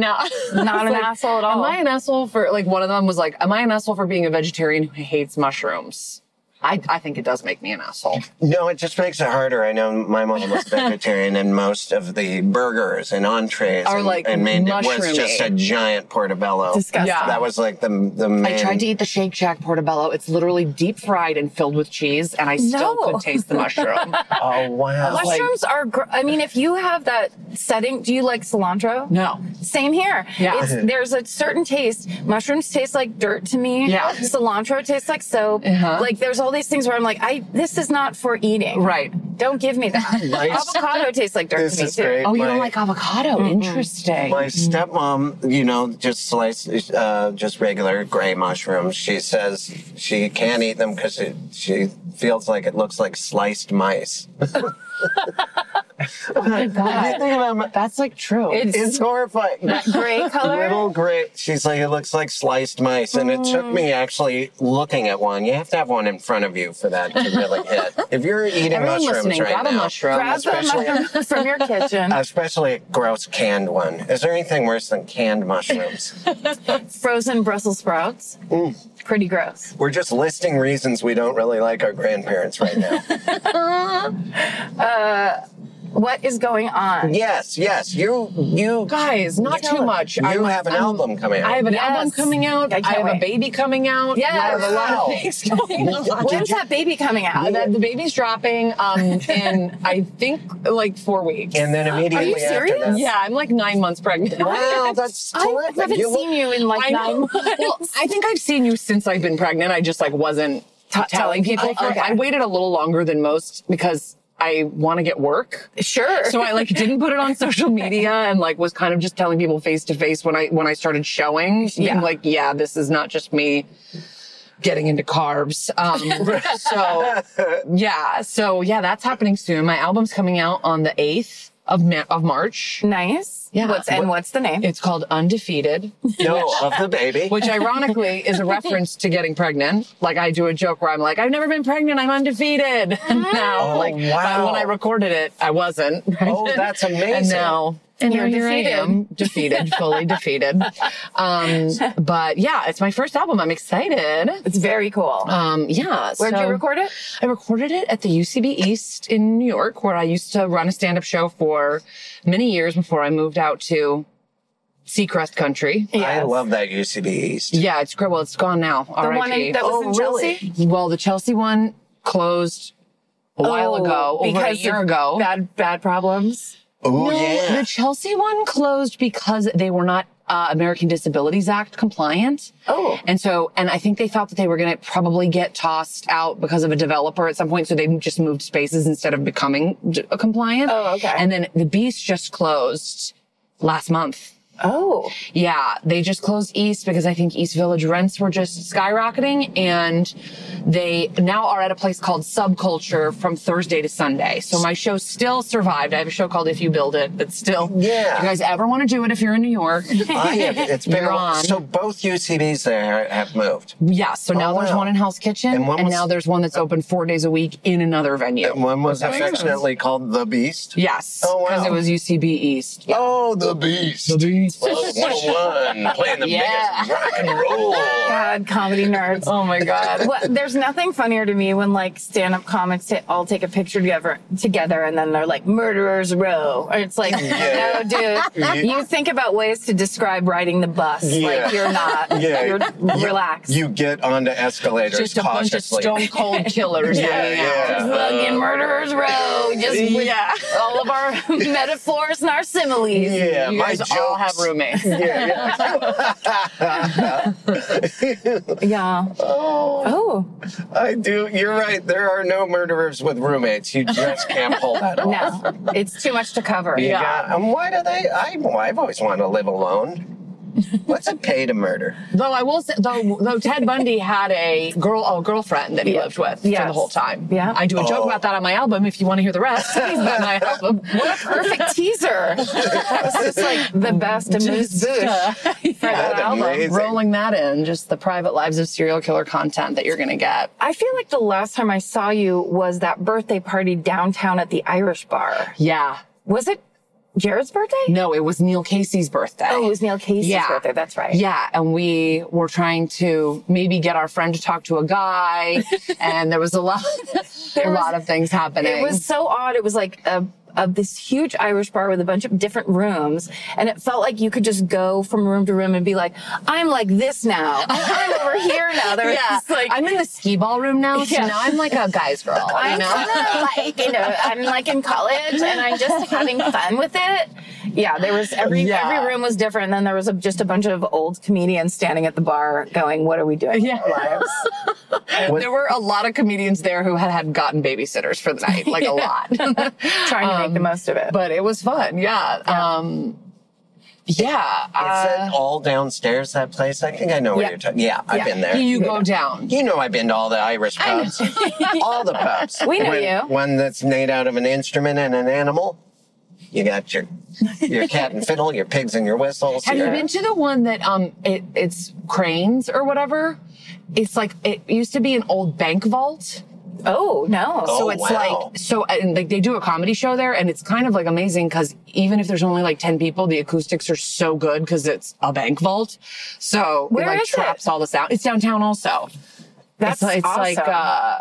no,
Not an asshole at all.
Am I an asshole for like one of them was like, "Am I an asshole for being a vegetarian who hates mushrooms?" I, I think it does make me an asshole.
No, it just makes it harder. I know my mom was vegetarian, and most of the burgers and entrees
Are,
and,
like,
and main dish was
mushroomy.
just a giant portobello.
Disgusting.
Yeah.
That was like the the main.
I tried to eat the Shake Shack portobello. It's literally deep fried and filled with cheese, and I still
No.
could taste the mushroom.
Oh wow!
like-
Mushrooms are, gr- I mean, if you have that setting, do you like cilantro?
no.
Same here.
Yeah. Mm-hmm.
It's, there's a certain taste. Mushrooms taste like dirt to me.
Yeah.
Cilantro tastes like soap.
Uh-huh.
Like there's all these things where I'm like, I this is not for eating.
Right.
Don't give me that. Avocado tastes like dirt
This
to me
is
too.
great.
Oh, you
My-
don't like Mm. avocado? Interesting.
My stepmom, you know, just sliced, uh, just regular gray mushrooms. She says she can't eat them because she, she feels like it looks like sliced mice.
Oh God.
Think about it.
That's like true.
It's,
It's horrifying.
that gray color.
Little gray. She's like, it looks like sliced mice. And it
Mm.
took me actually looking at one. You have to have one in front of you for that to really hit. If you're eating
Everyone
mushrooms
listening,
right
grab
now,
a mushroom.
Grab the
Especially-
mushroom from your kitchen.
especially a gross canned one, is there anything worse than canned mushrooms?
Frozen Brussels sprouts. Pretty gross.
We're just listing reasons we don't really like our grandparents right now.
What is going on?
Yes, yes. You, you,
Guys, not
Tell
too
it.
much.
you have an album coming out.
I have an
Yes.
album coming out.
I
I,
can't
have
wait.
a baby coming out.
Yes.
I have a lot
Wow.
of things going on.
When's that baby coming out?
Uh, the, the baby's dropping um, in, I think, like four weeks.
and then immediately after
serious?
that.
yeah, I'm like nine months pregnant.
Wow, that's
I
terrific.
haven't
you look-
seen you in like
I
nine
know.
months.
Well, I think I've seen you since I've been pregnant. I just like wasn't t- telling people.
people, okay.
I waited a little longer than most because I want to get work.
Sure.
So I like didn't put it on social media and like was kind of just telling people face to face when I when I started showing.
Yeah.
Yeah. Like, yeah, this is not just me getting into carbs. Um, so yeah. So yeah, that's happening soon. My album's coming out on the 8th of Ma- of March.
nice.
Yeah.
What's and what's the name?
It's called Undefeated.
No, of the baby.
which ironically is a reference to getting pregnant. Like I do a joke where I'm like, I've never been pregnant, I'm undefeated. And now,
Oh,
like
wow.
but when I recorded it, I wasn't.
Oh, that's
And
amazing.
now, and
You're
now here I
defeated.
am, defeated, fully defeated. Um, but yeah, it's my first album. I'm excited.
It's very cool.
Oh,
Um, yeah.
Where'd you
so-
record it?
I recorded it at the UCB East in New York, where I used to run a stand up show for many years before I moved out to Seacrest Country.
I
Yes.
love that UCB East.
Yeah, it's great. Well, it's gone now.
The
RIP.
one in, that was
Oh,
in
really?
Chelsea
Well, the Chelsea one closed a while ago,
Oh,
over a
because
year
of
ago.
Bad bad problems.
Oh,
No,
yeah.
the Chelsea one closed because they were not uh, American Disabilities Act compliant.
Oh.
And so, and I think they thought that they were going to probably get tossed out because of a developer at some point. So they just moved spaces instead of becoming d- uh, compliant.
Oh, okay.
And then the Beast just closed last month.
Oh,
Yeah, they just closed East because I think East Village rents were just skyrocketing and they now are at a place called Subculture from Thursday to Sunday. So my show still survived. I have a show called If You Build It that's still,
Yeah.
if you guys ever want to do it if you're in New York.
I have, it's been
You're
a-
on.
so both UCBs there have moved.
yeah, so now
Oh,
there's
wow.
one in House Kitchen
And
and,
one was-
now there's one that's open four days a week in another venue.
One was affectionately called the Beast.
yes,
Oh, wow.
because it was UCB East.
Oh, the Beast. The Beast. 101, playing the
Yeah.
biggest rock and roll.
God, comedy nerds.
Oh my God.
Well, there's nothing funnier to me when like stand-up comics t- all take a picture together, together, and then they're like "Murderers Row," and it's like,
Yeah.
no,
Yeah.
dude, you think about ways to describe riding the bus.
Yeah.
Like you're not.
Yeah.
You're
You-
relaxed.
You get onto escalators
Just a bunch of
cautiously.
stone cold killers hanging out.
yeah.
Fucking Murderers Row. Just with
Yeah.
all of our metaphors and our similes.
yeah,
Oh, you
my
guys all have
jokes.
roommates.
Yeah, yeah.
Yeah. Oh.
I do. You're right. There are no murderers with roommates. You just can't pull that off.
No, it's too much to cover.
You got- and why do they? I, I've always wanted to live alone. What's it pay to murder?
Though I will say, though, though Ted Bundy had a girl, a girlfriend that he
Yeah.
lived with for
Yes.
the whole time.
Yeah.
I do a joke
Oh.
about that on my album. If you want to hear the rest, please buy my album.
What a perfect teaser. That was just like the best amuse
Just,
bouche
uh,
for that
That'd
album.
amazing.
rolling that in, just the private lives of serial killer content that you're going to get.
I feel like the last time I saw you was that birthday party downtown at the Irish Bar.
Yeah.
Was it Jared's birthday?
No, it was Neil Casey's birthday.
Oh, it was Neil Casey's
Yeah.
birthday. That's right.
Yeah, and we were trying to maybe get our friend to talk to a guy, and there was a lot, a
was-
lot of things happening.
It was so odd. It was like a, a this huge Irish bar with a bunch of different rooms, and it felt like you could just go from room to room and be like, "I'm like this now. I'm over here now." There was
yeah,
just like
I'm in the skee ball room now, so
Yeah.
now I'm like a guy's girl. you
I'm
know?
kinda like, you know, I'm like in college and I'm just having fun with it. Yeah, there was every
Yeah.
every room was different. And then there was a, just a bunch of old comedians standing at the bar going, "What are we doing?"
Yeah.
With our lives?
There were a lot of comedians there who had, had gotten babysitters for the night, like a lot.
trying to make the most of it.
Um, but it was fun. Yeah. Um, yeah.
Is
uh,
that all downstairs? That place? I think I know
Yeah.
where you're talking. Yeah, I've
Yeah.
been there.
you go down.
You know I've been to all the Irish pubs, all the pubs.
We know
one,
you.
One that's made out of an instrument and an animal. You got your your cat and fiddle, your pigs and your whistles.
Have you
your-
been to the one that um it it's cranes or whatever? It's like it used to be an old bank vault.
oh no!
Oh,
so it's
wow.
like so uh, and like they do a comedy show there and it's kind of like amazing because even if there's only like 10 people the acoustics are so good because it's a bank vault so
Where
it like
is it?
traps all the sound it's downtown also
that's
it's, it's
awesome. Oh,
like uh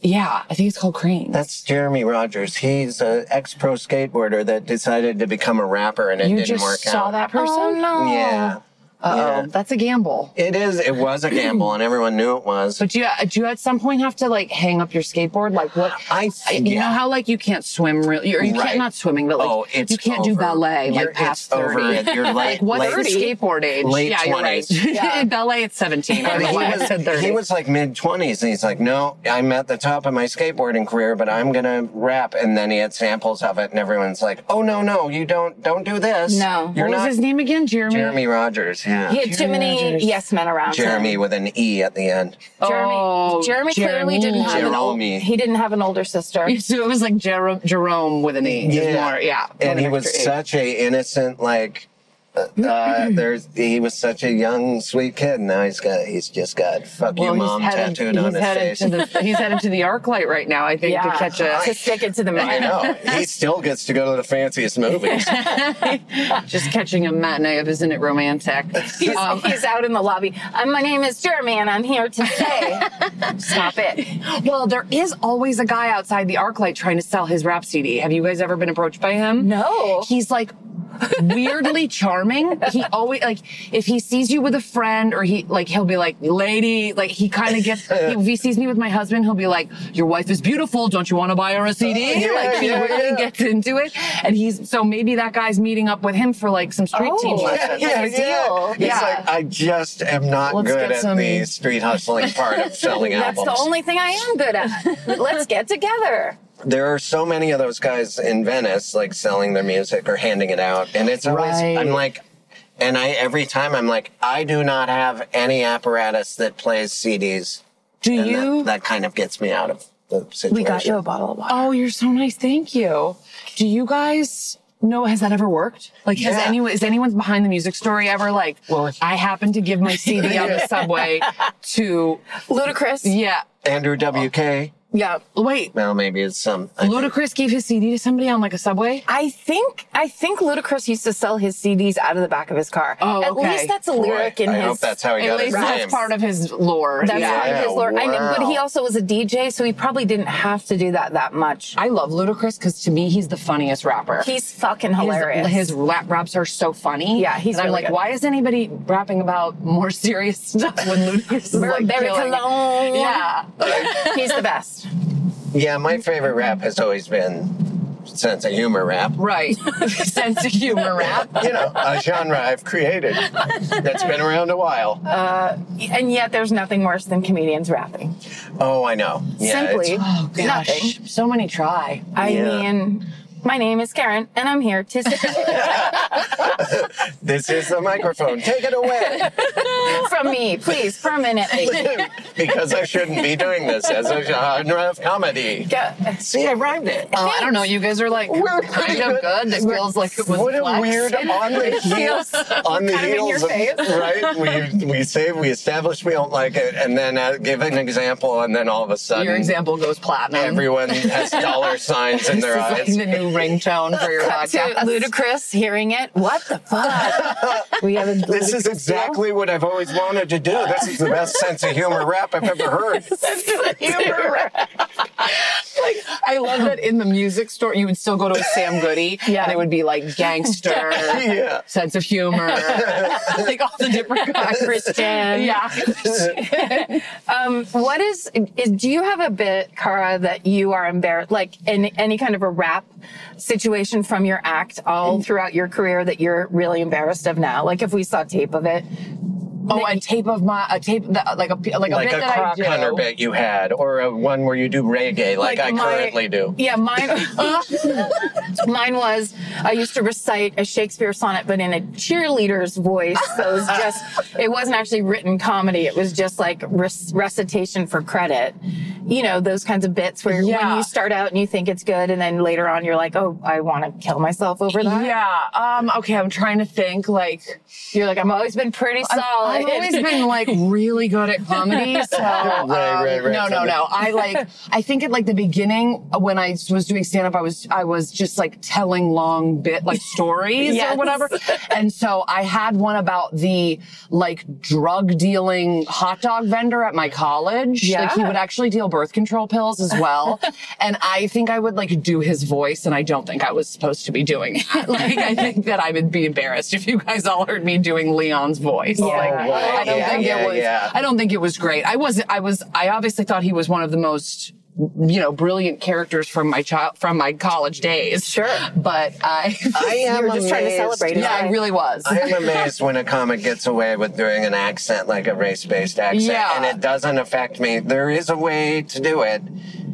Yeah, I think it's called Crane.
That's Jeremy Rogers. He's an ex-pro skateboarder that decided to become a rapper and it
you
didn't
just
work
saw
out.
that person?
Oh no.
Yeah.
Uh-oh,
Yeah.
that's a gamble.
It is. It was a gamble, and everyone knew it was.
But do you, uh, do you at some point have to like hang up your skateboard? Like what?
I,
You know how like you can't swim really, or you
Right.
can't not swimming, but like
Oh, it's
you can't do
over.
ballet like
You're-
past
it's over.
thirty.
You're late-
like what's
late-
skateboard age?
late
yeah, you're right.
20s.
In ballet, it's seventeen. I
And
don't know
he,
why I said
was,
thirty.
he was like mid 20s and he's like no i'm at the top of my skateboarding career but i'm gonna rap and then he had samples of it and everyone's like oh no no you don't don't do this
No.
you're
what was
not
his name again? Jeremy.
jeremy rogers yeah
He had too many
Rogers.
yes men around
jeremy
him.
with an e at the end
Jeremy.
Oh,
Jeremy clearly
Jeremy.
didn't have an old,
Jeremy.
he didn't have an older sister.
So it was like Jerome, Jerome with an E. It was more- yeah.
and
with
he
an
was
extra E.
such a innocent like uh, there's he was such a young sweet kid and now he's got he's just got fuck
Well,
you
he's
mom
headed-
tattooed on
he's
his
headed
face
To the, he's headed to the arc light right now, I think, to catch
to
a.
stick it to the
I
man.
know. He still gets to go to the fanciest movies.
Just catching a matinee of Isn't It Romantic?
He's,
Um,
he's out in the lobby. Uh, my name is Jeremy, and I'm here to say, stop it.
well, there is always a guy outside the arc light trying to sell his rap CD. Have you guys ever been approached by him?
No.
He's like weirdly charming. He always like if he sees you with a friend or he like he'll be like, lady, like he kind of gets if he sees me with my husband, he'll be like, Your wife is beautiful, don't you want to buy her a CD?
Oh, yeah,
like he
yeah,
really
yeah.
gets into it. And he's so maybe that guy's meeting up with him for like some street
Oh.
team
yeah,
lessons.
yeah, yeah.
deal.
It's
Yeah.
like I just am not
Let's
good
get
at
some-
the street hustling part of selling
That's
albums.
the only thing I am good at. Let's get together.
there are so many of those guys in Venice, like selling their music or handing it out, and it's always
Right.
I'm like, and I every time I'm like, I do not have any apparatus that plays CDs.
Do
And
you
that, that kind of gets me out of the situation.
bottle of wine.
Oh, you're so nice. Thank you. Do you guys know has that ever worked? Like has
Yeah.
anyone is anyone's behind the music story ever like
Well, if-
I happened to give my CD on the subway to
Ludicrous.
yeah.
Andrew WK.
Yeah. Wait.
Well, maybe it's some. I think-
Ludacris gave his CD to somebody on like a subway?
I think I think Ludacris used to sell his CDs out of the back of his car.
Oh,
At
okay.
least that's a
Boy,
lyric in
I
his.
hope that's how he
At
got his
least
name.
that's part of his lore.
that's
yeah.
part of his
Yeah,
lore. I mean, but he
wow.
also was a DJ, so he probably didn't have to do that that much.
I love Ludacris because to me he's the funniest rapper.
He's fucking hilarious.
His, his rap raps are so funny.
Yeah, he's
and I'm
really
like,
good.
why is anybody rapping about more serious stuff when Ludacris is like
Burberry
killing it?
cologne.
Yeah.
He's the best.
Yeah, my favorite rap has always been sense of humor rap.
Right. Sense of humor rap.
You know, a genre I've created that's been around a while.
And yet, there's nothing worse than comedians rapping.
oh, I know. Yeah, it's-
Simply, nothing.
So many try.
I
Yeah.
mean, my name is Karen, and I'm here to say
This is the microphone. Take it away.
from me, please, permanently.
because I shouldn't be doing this as a genre of comedy.
Go-
See, I rhymed it.
Oh, I don't know. You guys are like
We're pretty
kind of
good.
good. It feels like it was
what a
flex.
weird on the heels on the
kind of in
heels
your face.
right we we say we establish we don't like it and then uh, give an example and then all of a sudden
Your example goes platinum.
everyone has dollar signs in their
This is
eyes
like the new ringtone for your
Cut to
podcast.
ludicrous hearing it. What the fuck? we have a
this is exactly what I've always wanted to do. This is the best sense of humor rap I've ever heard.
I love that in the music store, you would still go to a Sam Goody
Yeah.
and it would be like gangster,
Yeah.
sense of humor, like all the different kinds.
Christian.
Yeah.
Um, what is, is? Do you have a bit, Cara, that you are embarrassed, like in any kind of a rap situation from your act all throughout your career that you're really embarrassed of now? Like if we saw tape of it,
Oh, a tape of my, a tape, that, like a, like a
like
bit
a
that I
crock
do.
hunter bit you had, or a one where you do reggae, like, I
my-
currently do.
Yeah, mine. mine was I used to recite a Shakespeare sonnet, but in a cheerleader's voice. So it was just it wasn't actually written comedy. It was just like rec- recitation for credit. You know those kinds of bits where when
Yeah.
you start out and you think it's good, and then later on you're like, oh, I want to kill myself over that.
Yeah. Um, okay. I'm trying to think like,
You're like, I've always been pretty solid.
I've always been like really good at comedy. So um,
right, right,
no, no,
comedy.
no. I like. I think at like the beginning uh, when I was doing stand up, I was I was just like telling long bit like stories
Yes.
or whatever. And so I had one about the like drug dealing hot dog vendor at my college. Like he
Yeah.
would actually deal birth control pills as well. and I think I would like do his voice, and I don't think I was supposed to be doing it. like, I think that I would be embarrassed if you guys all heard me doing Leon's voice.
Yeah.
Like,
Oh, right.
I don't
Yeah,
think
yeah,
it was.
yeah.
I don't think it was great. I wasn't. I was. I obviously thought he was one of the most, you know, brilliant characters from my child from my college days.
Sure.
but I.
I am
were just trying to
amazed-
celebrate it.
yeah, I really was.
I am amazed when a comic gets away with doing an accent like a race-based accent,
Yeah.
and it doesn't affect me. There is a way to do it,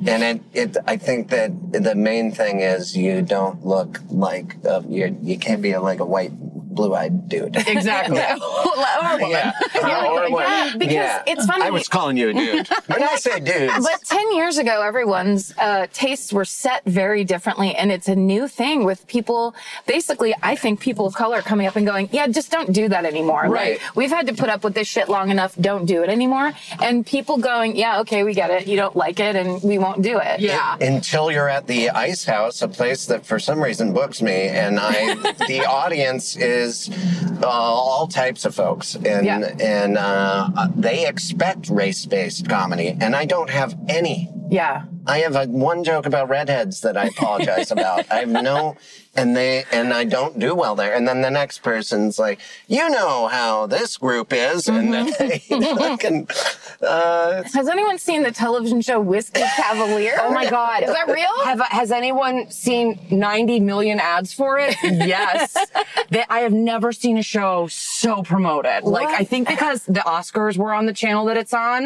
and it, it I think that the main thing is you don't look like a, you. You can't be like a white, blue-eyed dude.
exactly. Or
Oh,
a woman.
Yeah, Or a
yeah,
woman.
because
Yeah.
it's funny.
I was calling you a dude. When I say dudes,
But 10 years ago, everyone's uh, tastes were set very differently. And it's a new thing with people, basically, I think people of color coming up and going, yeah, just don't do that anymore. Like,
Right.
we've had to put up with this shit long enough. Don't do it anymore. And people going, yeah, okay, we get it. You don't like it and we won't do it.
Yeah.
until you're at the ice house a place that for some reason books me and i the audience is uh, all types of folks and
Yeah.
and uh, they expect race-based comedy and i don't have any
Yeah.
I have a, one joke about redheads that I apologize about. I have no, and they, and I don't do well there. And then the next person's like, you know how this group is, and then
Mm-hmm.
they fucking, uh,
Has anyone seen the television show Whiskey Cavalier?
Oh my God.
Is that real?
Have, has anyone seen 90 million ads for it? Yes. They- I have never seen a show so promoted. Like,
What?
I think because the Oscars were on the channel that it's on.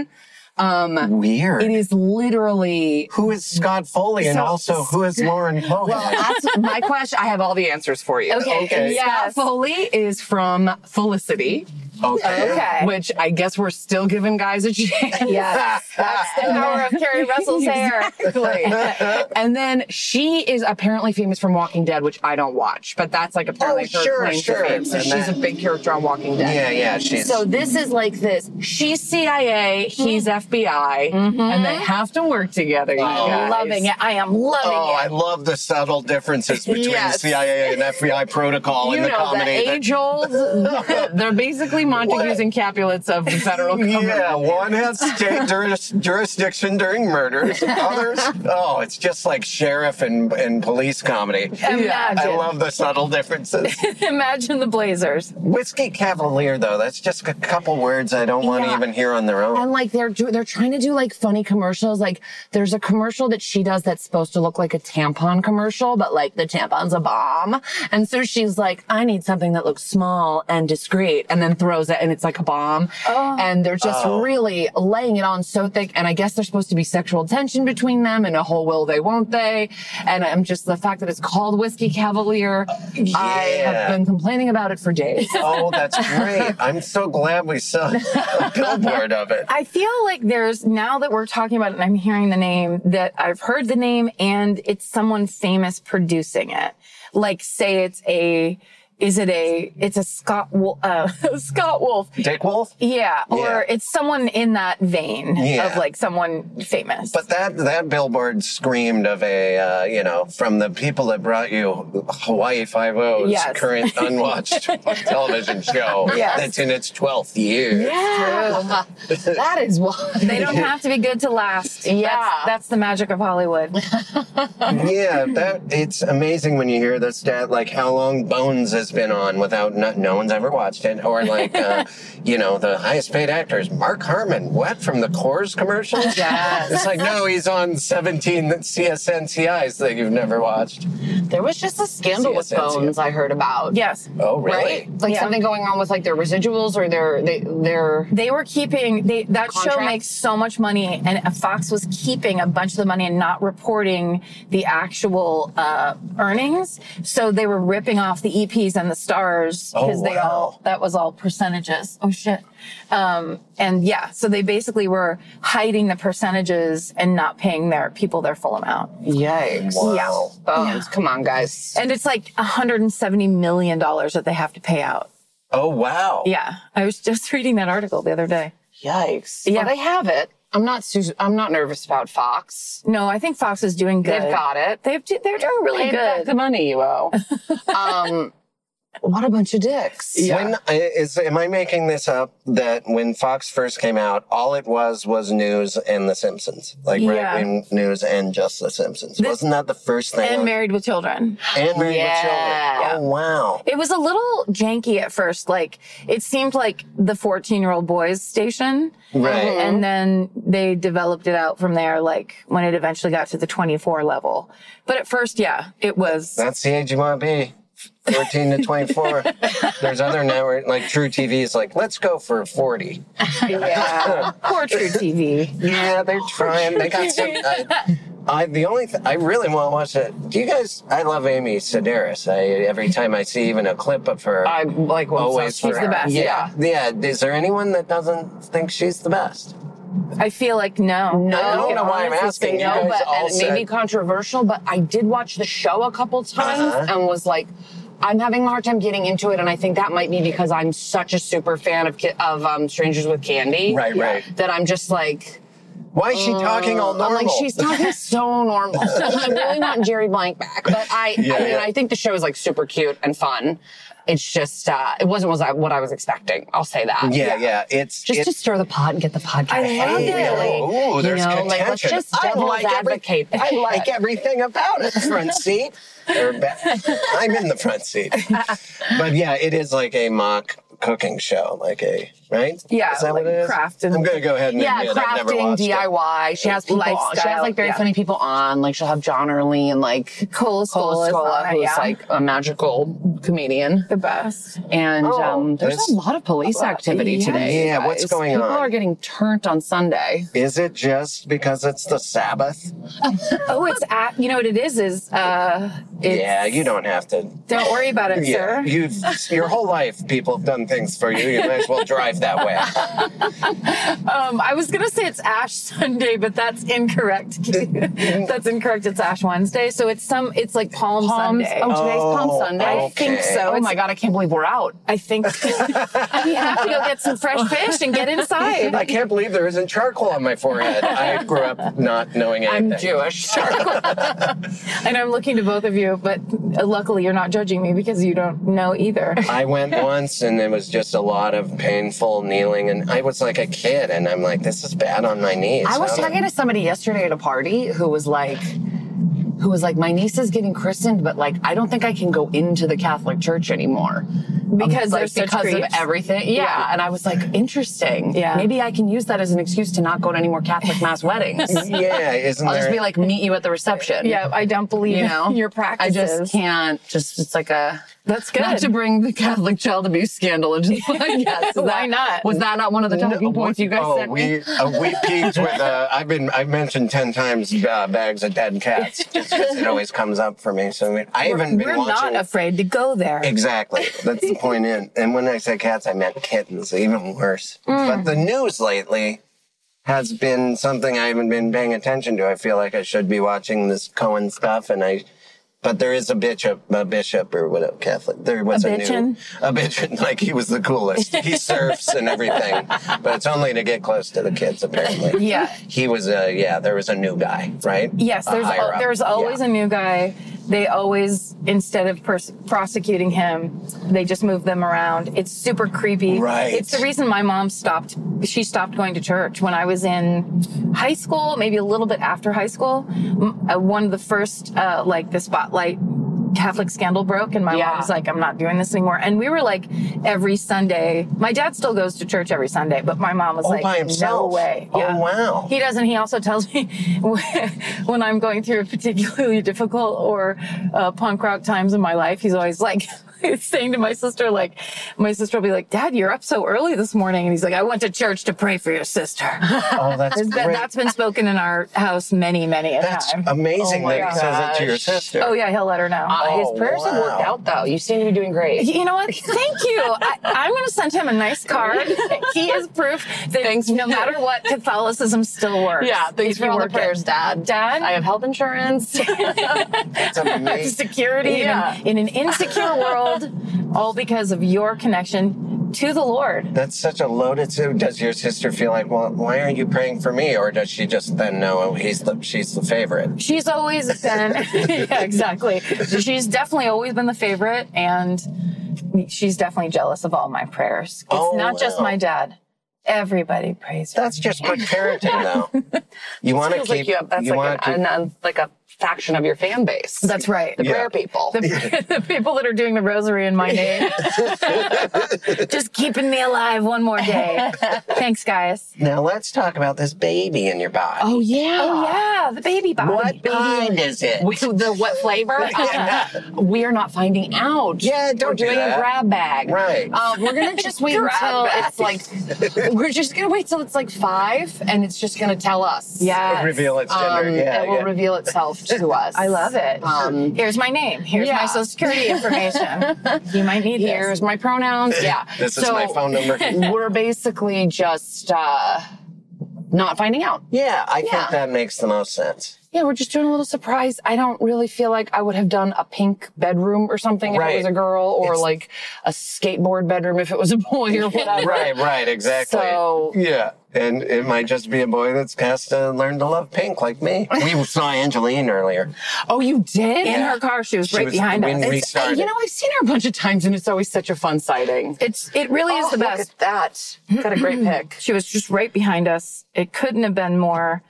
Um,
weird.
it is literally.
Who is Scott Foley and
So-
also who is Lauren Cohen?
Well, that's my question. I have all the answers for you.
Okay.
Okay.
Scott
Yes.
Foley is from Felicity,
okay.
Okay.
which I guess we're still giving guys a chance.
Yes. That's the power of Carrie Russell's hair.
Exactly. and then she is apparently famous from Walking Dead, which I don't watch, but that's like apparently
Oh,
her
sure,
claim
sure.
to fame. So
And
she's
then-
a big character on Walking Dead.
Yeah, yeah, she's
So this is like this. She's CIA, he's FBI, and they have to work together. You
Oh,
guys.
Loving it. I am loving
Oh,
it.
I love the subtle differences between
Yes.
the CIA and FBI protocol
You
in the
know, the
comedy. that-
age old, they're basically Montagues
What?
and Capulets of the federal government.
Oh, yeah, one has state juris- jurisdiction during murders. Others, oh, it's just like sheriff and, and police comedy.
Imagine.
I love the subtle differences.
Imagine the Blazers.
Whiskey Cavalier, though, that's just a couple words I don't want to
Yeah.
even hear on their own.
and like they're do- they're trying to do like funny commercials. Like there's a commercial that she does that's supposed to look like a tampon commercial, but like the tampon's a bomb. And so she's like, I need something that looks small and discreet, and then throws it, and it's like a bomb. And they're just really laying it on so thick. And I guess there's supposed to be sexual tension between them, and a whole will they won't they. And I'm just the fact that it's called Whiskey Cavalier. I have
yeah.
been complaining about it for days.
Oh, that's great. I'm so glad we saw a billboard of it.
I feel like there's now that we're talking about it and I'm hearing the name that I've heard the name and it's someone famous producing it. Like say it's a is it a it's a Scott Wolf uh, Scott Wolf.
Dick Wolf?
Yeah, or
Yeah.
it's someone in that vein
Yeah.
of like someone famous.
But that that billboard screamed of a uh, you know from the people that brought you Hawaii Five O's
Yes.
current unwatched television show
Yes.
that's in its twelfth year.
Yeah. that is why.
they don't have to be good to last.
Yeah.
That's, that's the magic of Hollywood.
Yeah, that it's amazing when you hear the stat like how long Bones has been on without no, no one's ever watched it, or like uh, you know the highest paid actors Mark Harmon, what from the Coors commercials?
Yes.
it's like no, he's on seventeen CSNCIs that you've never watched.
There was just a scandal with
Yes, yes, yes.
Bones I heard about.
Yes.
Oh, really?
Right? Like
Yeah.
something going on with like their residuals or their they their
they were keeping they, that show
Contracts?
makes so much money and fox was keeping a bunch of the money and not reporting the actual uh, earnings so they were ripping off the eps and the stars
Oh,
because they all
wow.
that was all percentages oh shit um, and yeah so they basically were hiding the percentages and not paying their people their full amount
yikes.
Wow.
Bones. Come on, guys.
and it's like 170 million dollars that they have to pay out
Oh wow.
yeah i was just reading that article the other day
Yikes.
Yeah.
Yeah, they have it. I'm not su- I'm not nervous about Fox.
no i think fox is doing good
They've got it.
They've do, they're doing really
Pay back
good.
the money you owe. um What a bunch of dicks.
When i- is am I making this up that when Fox first came out, all it was was news and The Simpsons, like
Yeah.
right wing news and just The Simpsons. Wasn't that the first thing?
and
on-
married with children.
and married
Yeah.
with children. Oh wow!
It was a little janky at first. Like it seemed like the 14 year old boys station.
Right.
And then they developed it out from there, like when it eventually got to the 24 level. But at first, yeah, it was.
That's the age you want to be. 14 to 24. There's other network like True TV is like, let's go for 40.
Yeah. Poor True TV.
Yeah, they're trying. They got some. I, I the only th- I really want to watch it. Do you guys? I love Amy Sedaris. I every time I see even a clip of her,
I like when
always
She's
for
the
her.
best.
Yeah, yeah. Is there anyone that doesn't think she's the best?
I feel like no.
No,
I don't know why I'm asking. You
no,
guys
but
all
and it may be
said,
controversial, but I did watch the show a couple times
Uh-huh.
and was like, I'm having a hard time getting into it, and I think that might be because I'm such a super fan of ki- of um, Strangers with Candy.
Right, right.
That I'm just like,
why is she talking all normal?
Uh, I'm like, she's talking so normal. I really want Jerry Blank back, but I, I mean,
yeah.
I think the show is like super cute and fun. It's just, uh, it wasn't was I- what I was expecting. I'll say that.
yeah, yeah. It's
Just
it's,
to stir the pot and get the podcast.
I love
going,
it.
really.
Ooh,
You
there's
know, like,
contention.
let's just
I
devil's
like every-
advocate
I
that.
like everything about it. Front seat or back. I'm in the front seat. But yeah, it is like a mock cooking show, like a right.
Yeah,
is that
like
what it is?
craft and-
I'm gonna go ahead and
Yeah,
admit I've never
crafting,
watched it.
DIY. She has people. on- She has
Lifestyle,
like very
yeah.
funny people on. Like she'll have John Early and like
Cole Scola is
Scola,
on it,
who's
yeah.
like a magical comedian.
The best.
And
Oh,
um, there's
that's-
a lot of police
lot.
activity
Yeah.
today. you
Yeah, what's
guys.
going on?
People are getting turned on Sunday.
Is it just because it's the Sabbath?
Oh, it's at, you know what it is, is, uh, it's,
yeah, you don't have to.
don't worry about it,
Yeah,
sir.
you've your whole life people have done things for you. You might as well drive that way.
Um, I was gonna say it's Ash Sunday, but that's incorrect. that's incorrect. It's Ash Wednesday, so it's some. It's like Palm
Palms-
Sunday.
Oh, today's Palm
Oh,
Sunday.
I
I
think
think
okay.
so.
so.
Oh my God, I can't believe we're out.
I think we have to go get some fresh fish and get inside.
I can't believe there isn't charcoal on my forehead. I grew up not knowing anything.
I'm Jewish.
and I'm looking to both of you, but uh, luckily you're not judging me because you don't know either.
I went once and it was just a lot of painful kneeling and I was like a kid and I'm like, this is bad on my knees.
I was
How do-
talking to somebody yesterday at a party who was like, who was like, my niece is getting christened, but like, I don't think I can go into the Catholic Church anymore
Because
like,
they're such
because
creeps.
of everything. Yeah.
Yeah.
and I was like, interesting.
Yeah.
maybe I can use that as an excuse to not go to any more Catholic mass weddings.
Yeah, isn't
I'll
there?
just be like, meet you at the reception.
Yeah, I don't believe
you know
your
I
practices.
just can't. Just it's like a
That's good.
not to bring the Catholic child abuse scandal into the podcast. Is
Why
that-
not?
Was that not one of the talking points you guys
oh,
sent me?
we uh, we peaked with. Uh, I've been I mentioned ten times uh, bags of dead cats. Just 'cause it always comes up for me. So I, mean, I haven't been
We're
watching.
not afraid to go there.
Exactly. That's the point in. And when I say cats, I meant kittens, even worse. But
Mm.
the news lately has been something I haven't been paying attention to. I feel like I should be watching this Cohen stuff and I but there is a bishop, a bishop or whatever Catholic. There was a,
bitchin'?
new a bitchin', like he was the coolest. He surfs and everything, but it's only to get close to the kids apparently.
Yeah.
He was a yeah. There was a new guy, right?
Yes,
A
there's
higher
al-
up.
there's always
Yeah.
a new guy. They always instead of pers- prosecuting him, they just move them around. It's super creepy.
Right.
It's the reason my mom stopped. She stopped going to church when I was in high school, maybe a little bit after high school. M- uh, One of the first, uh, like the spotlight. Catholic scandal broke, and my
Yeah.
mom was like, I'm not doing this anymore. And we were like, every Sunday, my dad still goes to church every Sunday, but my mom was
Oh,
like,
by
No
himself?
way.
Oh, wow.
He doesn't. He also tells me when I'm going through a particularly difficult or uh, punk rock times in my life. He's always like saying to my sister, like, my sister will be like, "Dad, you're up so early this morning," and he's like, "I went to church to pray for your sister."
Oh, that's
It's been-
great.
that's been spoken in our house many, many a
That's
time.
amazing
Oh my
that he says it to your
gosh.
sister.
oh yeah, he'll let her know.
Uh,
Oh,
his prayers have worked
wow.
out though. You seem to be doing great.
you know what? Thank you. I, I'm going to send him a nice card. He is proof that
Thanks.
no matter what, Catholicism still works.
Yeah, thanks
If you
for all the
work it.
prayers, Dad.
Dad?
I have health insurance.
That's amazing.
security
Yeah.
in, an, in an insecure world, all because of your connection to the Lord.
That's such a loaded. So does your sister feel like, well, why aren't you praying for me, or does she just then know "Oh, he's the she's the favorite?
She's always been, yeah, exactly. She's definitely always been the favorite, and she's definitely jealous of all my prayers. It's
Oh,
not just
wow.
my dad. Everybody prays.
That's just good parenting, though. You want to
Feels
keep.
like you have, that's
you
like,
want
an,
to.
an, an- like a faction of your fan base.
That's right.
the prayer people.
The, the people that are doing the rosary in my name. just keeping me alive one more day. Thanks, guys.
Now let's talk about this baby in your body.
oh yeah.
Oh, yeah, the baby body.
what kind is it?
We- the what flavor? Uh, we are not finding out.
Yeah, don't
we're
do
doing
that.
a grab bag.
Right.
Uh, we're gonna just wait
Grab
until
bag.
it's like we're just gonna wait till it's like five, and it's just gonna tell us.
Yeah.
Reveal its
Um,
gender. yeah,
it will
yeah.
reveal itself to us.
I love it.
Um,
here's my name. Here's
yeah.
my social security information. you might need
Here's my pronouns. Yeah.
This is
So
my phone number.
We're basically just uh, not finding out.
yeah, I
Yeah.
think that makes the most sense.
Yeah, we're just doing a little surprise. I don't really feel like I would have done a pink bedroom or something if
Right.
it was a girl, or
It's-
like a skateboard bedroom if it was a boy or whatever.
Right, right, exactly.
So-
yeah, and it might just be a boy that's has to learn to love pink like me. We saw Angeline earlier.
Oh, you did?
this. In
Yeah.
her car, she was
She
right
was
behind
when
us.
we
It's-
started.
You know, I've seen her a bunch of times, and it's always such a fun sighting.
It's it really is the
Oh, look
best.
at that. Got a great pick.
She was just right behind us. It couldn't have been more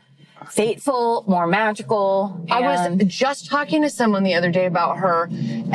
fateful, more magical.
I was
and-
just talking to someone the other day about her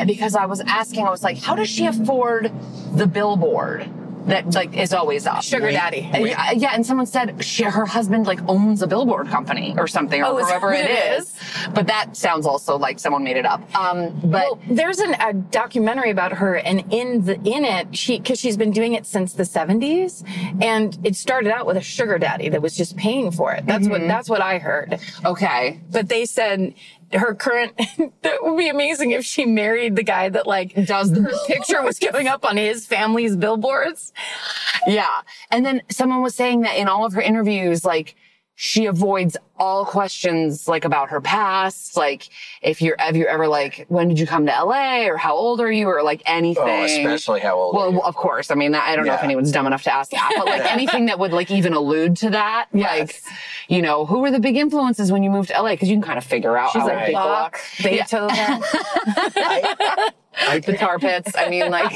because I was asking, I was like, how does she afford the billboard that like is always up?
Sugar daddy.
And, yeah, yeah, and someone said she, her husband like owns a billboard company or something or
Oh, is that
whoever
what
it
it
is. But that sounds also like someone made it up. Um, but
Well, there's an, a documentary about her, and in the in it, she because she's been doing it since the 70s, and it started out with a sugar daddy that was just paying for it. That's
Mm-hmm.
what that's what I heard.
okay,
But they said her current that would be amazing if she married the guy that like
does
her
the
picture was going up on his family's billboards.
yeah? And then someone was saying that in all of her interviews, like. She avoids all questions like about her past, like if you're ever, you're ever like, when did you come to LA or how old are you or like anything.
Oh, especially how old.
Well,
are you?
of course. I mean, I don't know if
Yeah.
anyone's dumb enough to ask that, but like anything that would like even allude to that, like, you know, who were the big influences when you moved to LA? Cause you can kind of figure out
She's
how
like
big people are.
Bach, Beethoven.
I
The tar pits. I mean, like,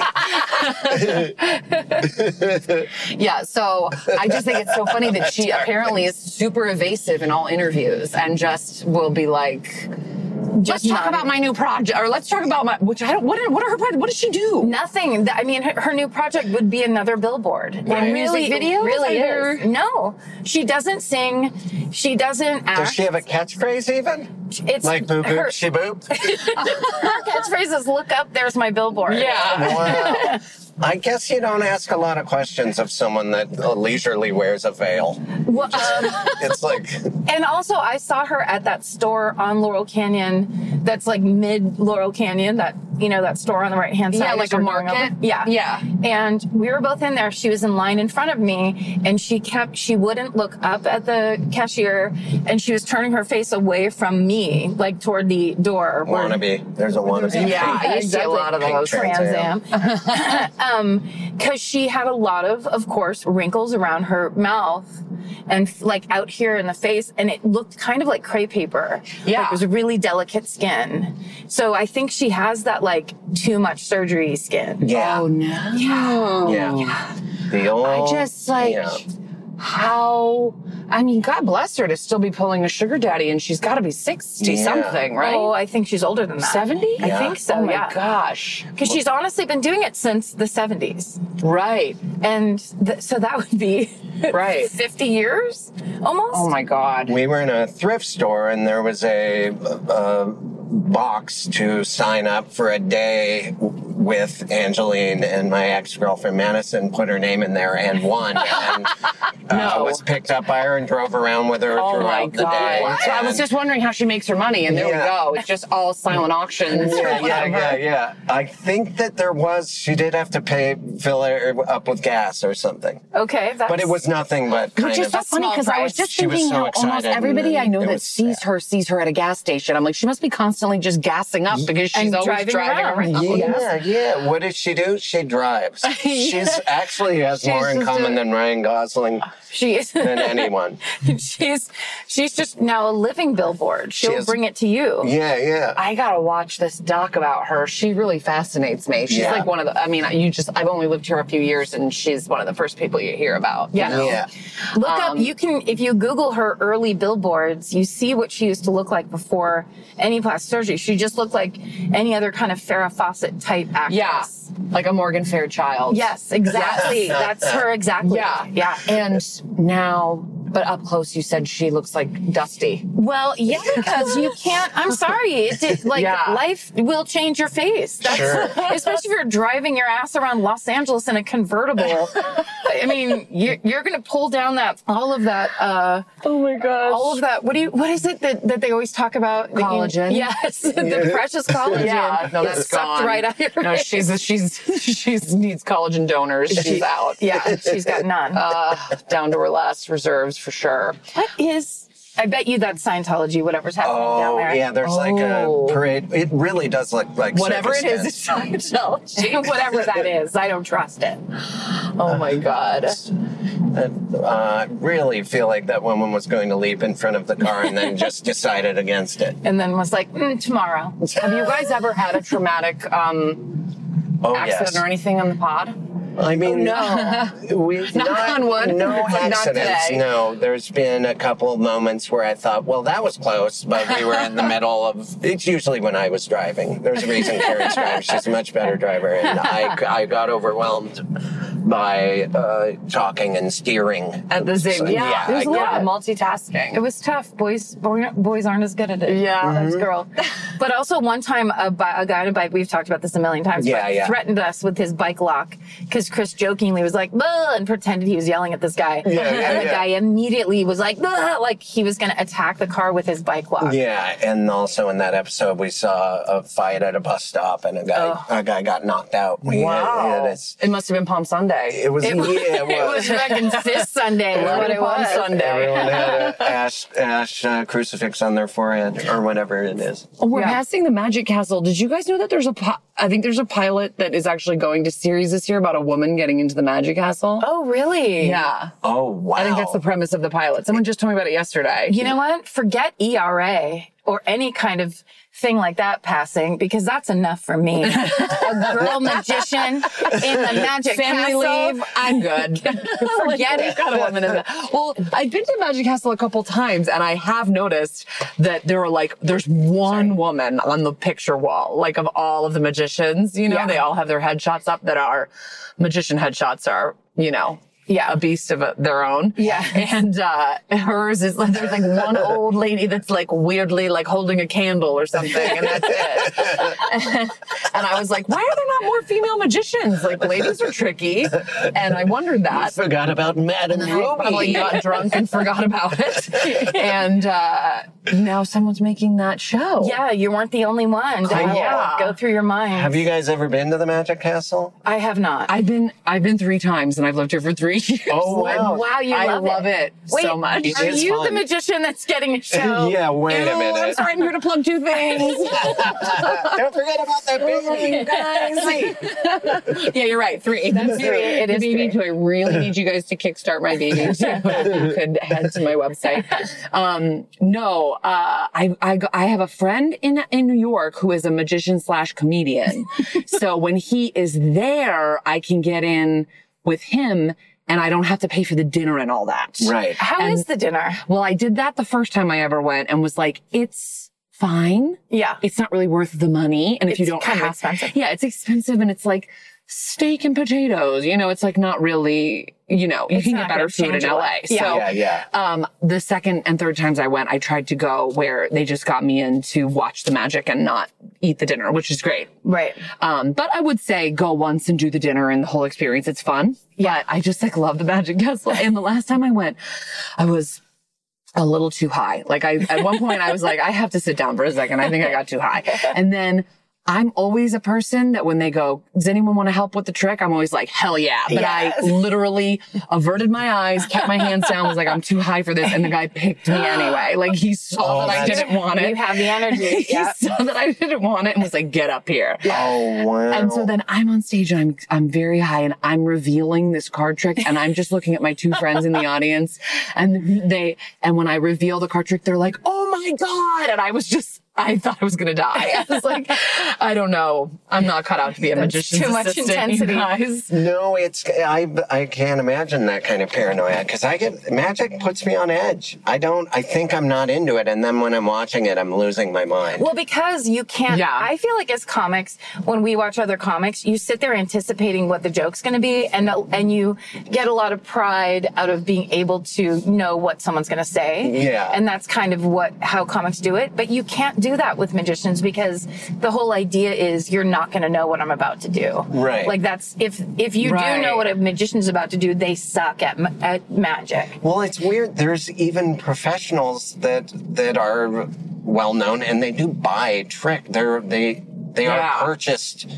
yeah. So I just think it's so funny that she apparently is super evasive in all interviews and just will be like, let's
Just
talk
not-
about my new project or let's talk about my, which I don't, what, are- what are her, pro- what does she do?
Nothing. Th- I mean, her, her new project would be another billboard. And really,
Music videos,
it really
either?
is. No, she doesn't sing. She doesn't act.
Does she have a catchphrase even?
it's
Like boo
her,
boop, she boop.
her catchphrase is "Look up, there's my billboard."
Yeah.
Wow. I guess you don't ask a lot of questions of someone that leisurely wears a veil.
Well, um,
It's like,
and also, I saw her at that store on Laurel Canyon. That's like mid Laurel Canyon. That you know that store on the right hand side.
Yeah.
as
Like a
you're going over.
market.
Yeah.
Yeah.
and we were both in there she was in line in front of me and she kept she wouldn't look up at the cashier and she was turning her face away from me like toward the door where-
wannabe. There's a wannabe.
Yeah. I used to see a
Exactly.
lot of those.
Trans Am.
Trans Am. um, cause she had a lot of, of course, wrinkles around her mouth and f- like out here in the face. And it looked kind of like crepe paper.
Yeah.
Like, it was really delicate skin. So I think she has that like too much surgery skin.
Yeah.
Oh no. Yeah.
Yeah. The old.
I just like
Yeah.
how I mean, God bless her to still be pulling a sugar daddy and she's gotta be sixty
Yeah.
something, right?
Oh, I think she's older than that.
70?
I
Yeah.
think so,
oh my
yeah.
gosh.
Because she's honestly been doing it since the 70s.
Right.
And th- so that would be
Right.
50 years almost.
Oh my god.
We were in a thrift store and there was a, uh box to sign up for a day with Angeline and my ex girlfriend Madison put her name in there and won. And uh,
No.
was picked up by her and drove around with her
Oh my
throughout the day.
god. So I was
And-
just wondering how she makes her money, and there
Yeah.
we go. It's just all silent auctions. or
yeah, yeah,
whatever.
yeah, yeah. I think that there was. She did have to pay fill her up with gas or something,
Okay, that's,
but it was nothing but kind
Which is
of.
so funny
small
because I was
price.
just
She was
thinking
so
how almost
excited and
everybody
then
I know
it
that
was
sees her sees her at a gas station. I'm like, she must be constantly just gassing up because she's
And
always driving,
driving around.
around.
Oh, yeah, yeah, Yeah, what does she do? She drives. She's actually has more in
just
common
a-
than Ryan Gosling
She is.
than anyone.
she's she's just now a living billboard. She'll
is.
bring it to you.
Yeah, yeah.
I gotta watch this doc about her. She really fascinates me. She's
Yeah.
like one of the. I mean, you just. I've only lived here a few years, and she's one of the first people you hear about. you
Yeah.
know?
Yeah.
Look
Um,
up. You can if you Google her early billboards, you see what she used to look like before any plastic surgery. She just looked like any other kind of Farrah Fawcett type
Yeah.
actress.
Like a Morgan Fairchild.
Yes, exactly. That's her exactly.
Yeah.
Yeah.
And now, but up close, you said she looks like Dusty.
Well, yeah, because you can't. I'm sorry. It, it like
Yeah.
life will change your face. That's,
Sure.
Especially if you're driving your ass around Los Angeles in a convertible. I mean, you're, you're going to pull down that all of that. Uh,
Oh my gosh.
all of that. What do you? What is it that, that they always talk about? That you-
Collagen.
yes, the precious collagen.
yeah, no,
that's
that's
sucked
gone.
right out of your.
No,
face.
she's she's she's needs collagen donors. She's out.
Yeah, she's got none.
Uh, down to her last reserves for sure.
what is? I bet you that's Scientology. Whatever's happening down
Oh,
there.
yeah, there's like
Oh.
a parade. It really does look like
Whatever it
circus
is,
dance.
it's Scientology.
Whatever that is, I don't trust it.
Oh my god.
Uh, I really feel like that woman was going to leap in front of the car and then just decided against it.
and then was like, mm, tomorrow.
Have you guys ever had a traumatic um,
Oh,
accident
yes.
or anything on the pod?
I mean,
Oh, no.
We've
Knock
not,
on wood.
No
Not
accidents.
today.
no, there's been a couple of moments where I thought, well, that was close, but we were in the middle of. It's usually when I was driving. There's a reason Carrie's drives. She's a much better driver, and I, I got overwhelmed by uh, talking and steering.
At the same,
So,
yeah,
yeah,
There's
I
a lot
get
of
it.
multitasking.
It was tough. Boys, boy- boys aren't as good at it
Yeah.
as
Mm-hmm.
girl. But also one time, a, bi- a guy on a bike. We've talked about this a million times.
Yeah,
but
yeah.
Threatened us with his bike lock because Chris jokingly was like, "Bah," and pretended he was yelling at this guy.
yeah,
and the
yeah.
guy immediately was like, "Bah," like he was going to attack the car with his bike lock.
Yeah, and also in that episode, we saw a fight at a bus stop, and a guy a guy got knocked out. We
Wow.
Had,
It,
it,
must have been Palm Sunday.
it was. yeah, it
It
was.
was fucking this Sunday. is what it
Palm
was.
Sunday.
Everyone had a ash, ash uh, crucifix on their forehead or whatever it is.
Oh, we're
Yeah.
passing the Magic Castle. Did you guys know that there's a? pi- I think there's a pilot that is actually going to series this year about a woman getting into the Magic Castle.
Oh, really?
yeah.
Oh wow!
I think that's the premise of the pilot. Someone just told me about it yesterday.
You know what? Forget ERA or any kind of thing like that passing because that's enough for me. A girl magician in the magic
family
castle.
leave. I'm good.
Forget
Like,
it.
got a woman in the- Well, I've been to Magic Castle a couple times, and I have noticed that there are like there's one woman on the picture wall, like of all of the magicians. You know,
Yeah.
they all have their headshots up that are magician headshots are you know.
Yeah.
a beast of a, their own.
Yeah.
and uh, hers is like there's like one old lady that's like weirdly like holding a candle or something, and that's it. And I was like, why are there not more female magicians? Like, ladies are tricky. And I wondered that.
Forgot about Madame
I probably
Ruby.
got drunk and forgot about it. And uh, now someone's making that show.
Yeah, you weren't the only one. to have
Yeah.
it Go through your mind.
Have you guys ever been to the Magic Castle?
I have not.
I've been I've been three times and I've lived here for three years.
Oh,
I-
wow.
wow, you
I
love,
love it
Wait,
so much.
It
Are
is
you the
fun.
magician that's getting a show?
yeah. Wait a
Ew, I'm
minute.
sorry, I'm here to plug two things.
Don't forget about that baby.
yeah, you're right. Three. That's
three. It is
baby
three.
too. I really need you guys to kickstart my baby too. Could head to my website. Um, no, uh, I, I go- I have a friend in in New York who is a magician slash comedian. so when he is there, I can get in with him, and I don't have to pay for the dinner and all that.
Right.
How
And-
is the dinner?
Well, I did that the first time I ever went, and was like, it's fine
Yeah.
it's not really worth the money. And if you
It's
don't
kind of
have,
expensive.
yeah, it's expensive and it's like steak and potatoes. You know, it's like not really, you know, you
It's
can
not
get better
gonna
food in
change your
LA.
life. Yeah.
So,
Yeah, yeah.
um, the second and third times I went, I tried to go where they just got me in to watch the magic and not eat the dinner, which is great.
Right.
Um, but I would say go once and do the dinner and the whole experience. It's fun.
Yeah.
I just like love the Magic Castle. And the last time I went, I was a little too high. Like I, at one point I was like, I have to sit down for a second. I think I got too high. And then I'm always a person that when they go, does anyone want to help with the trick? I'm always like, hell yeah. But I literally averted my eyes, kept my hands down, was like, I'm too high for this. And the guy picked me anyway. Like he saw
Oh,
that I
that's-
didn't want
You
it.
have the energy.
He
Yeah.
saw that I didn't want it and was like, get up here.
Oh wow.
And so then I'm on stage and I'm I'm very high and I'm revealing this card trick and I'm just looking at my two friends in the audience and they and when I reveal the card trick they're like oh my god and I was just I thought I was gonna die I was like I don't know I'm not cut out to be a magician's
too much
assistant
intensity.
you guys
no, it's I. I can't imagine that kind of paranoia because I get magic puts me on edge. I don't. I think I'm not into it, and then when I'm watching it, I'm losing my mind.
Well, because you can't.
Yeah.
I feel like as comics, when we watch other comics, you sit there anticipating what the joke's going to be, and and you get a lot of pride out of being able to know what someone's going to say.
Yeah.
And that's kind of what how comics do it. But you can't do that with magicians because the whole idea is you're not going to know what I'm about to do.
Right.
Like that's if if you do
Right.
know what a magician's about to do, they suck at ma- at magic.
Well, it's weird. There's even professionals that that are well known, and they do buy a trick. They're they they
Yeah.
are purchased.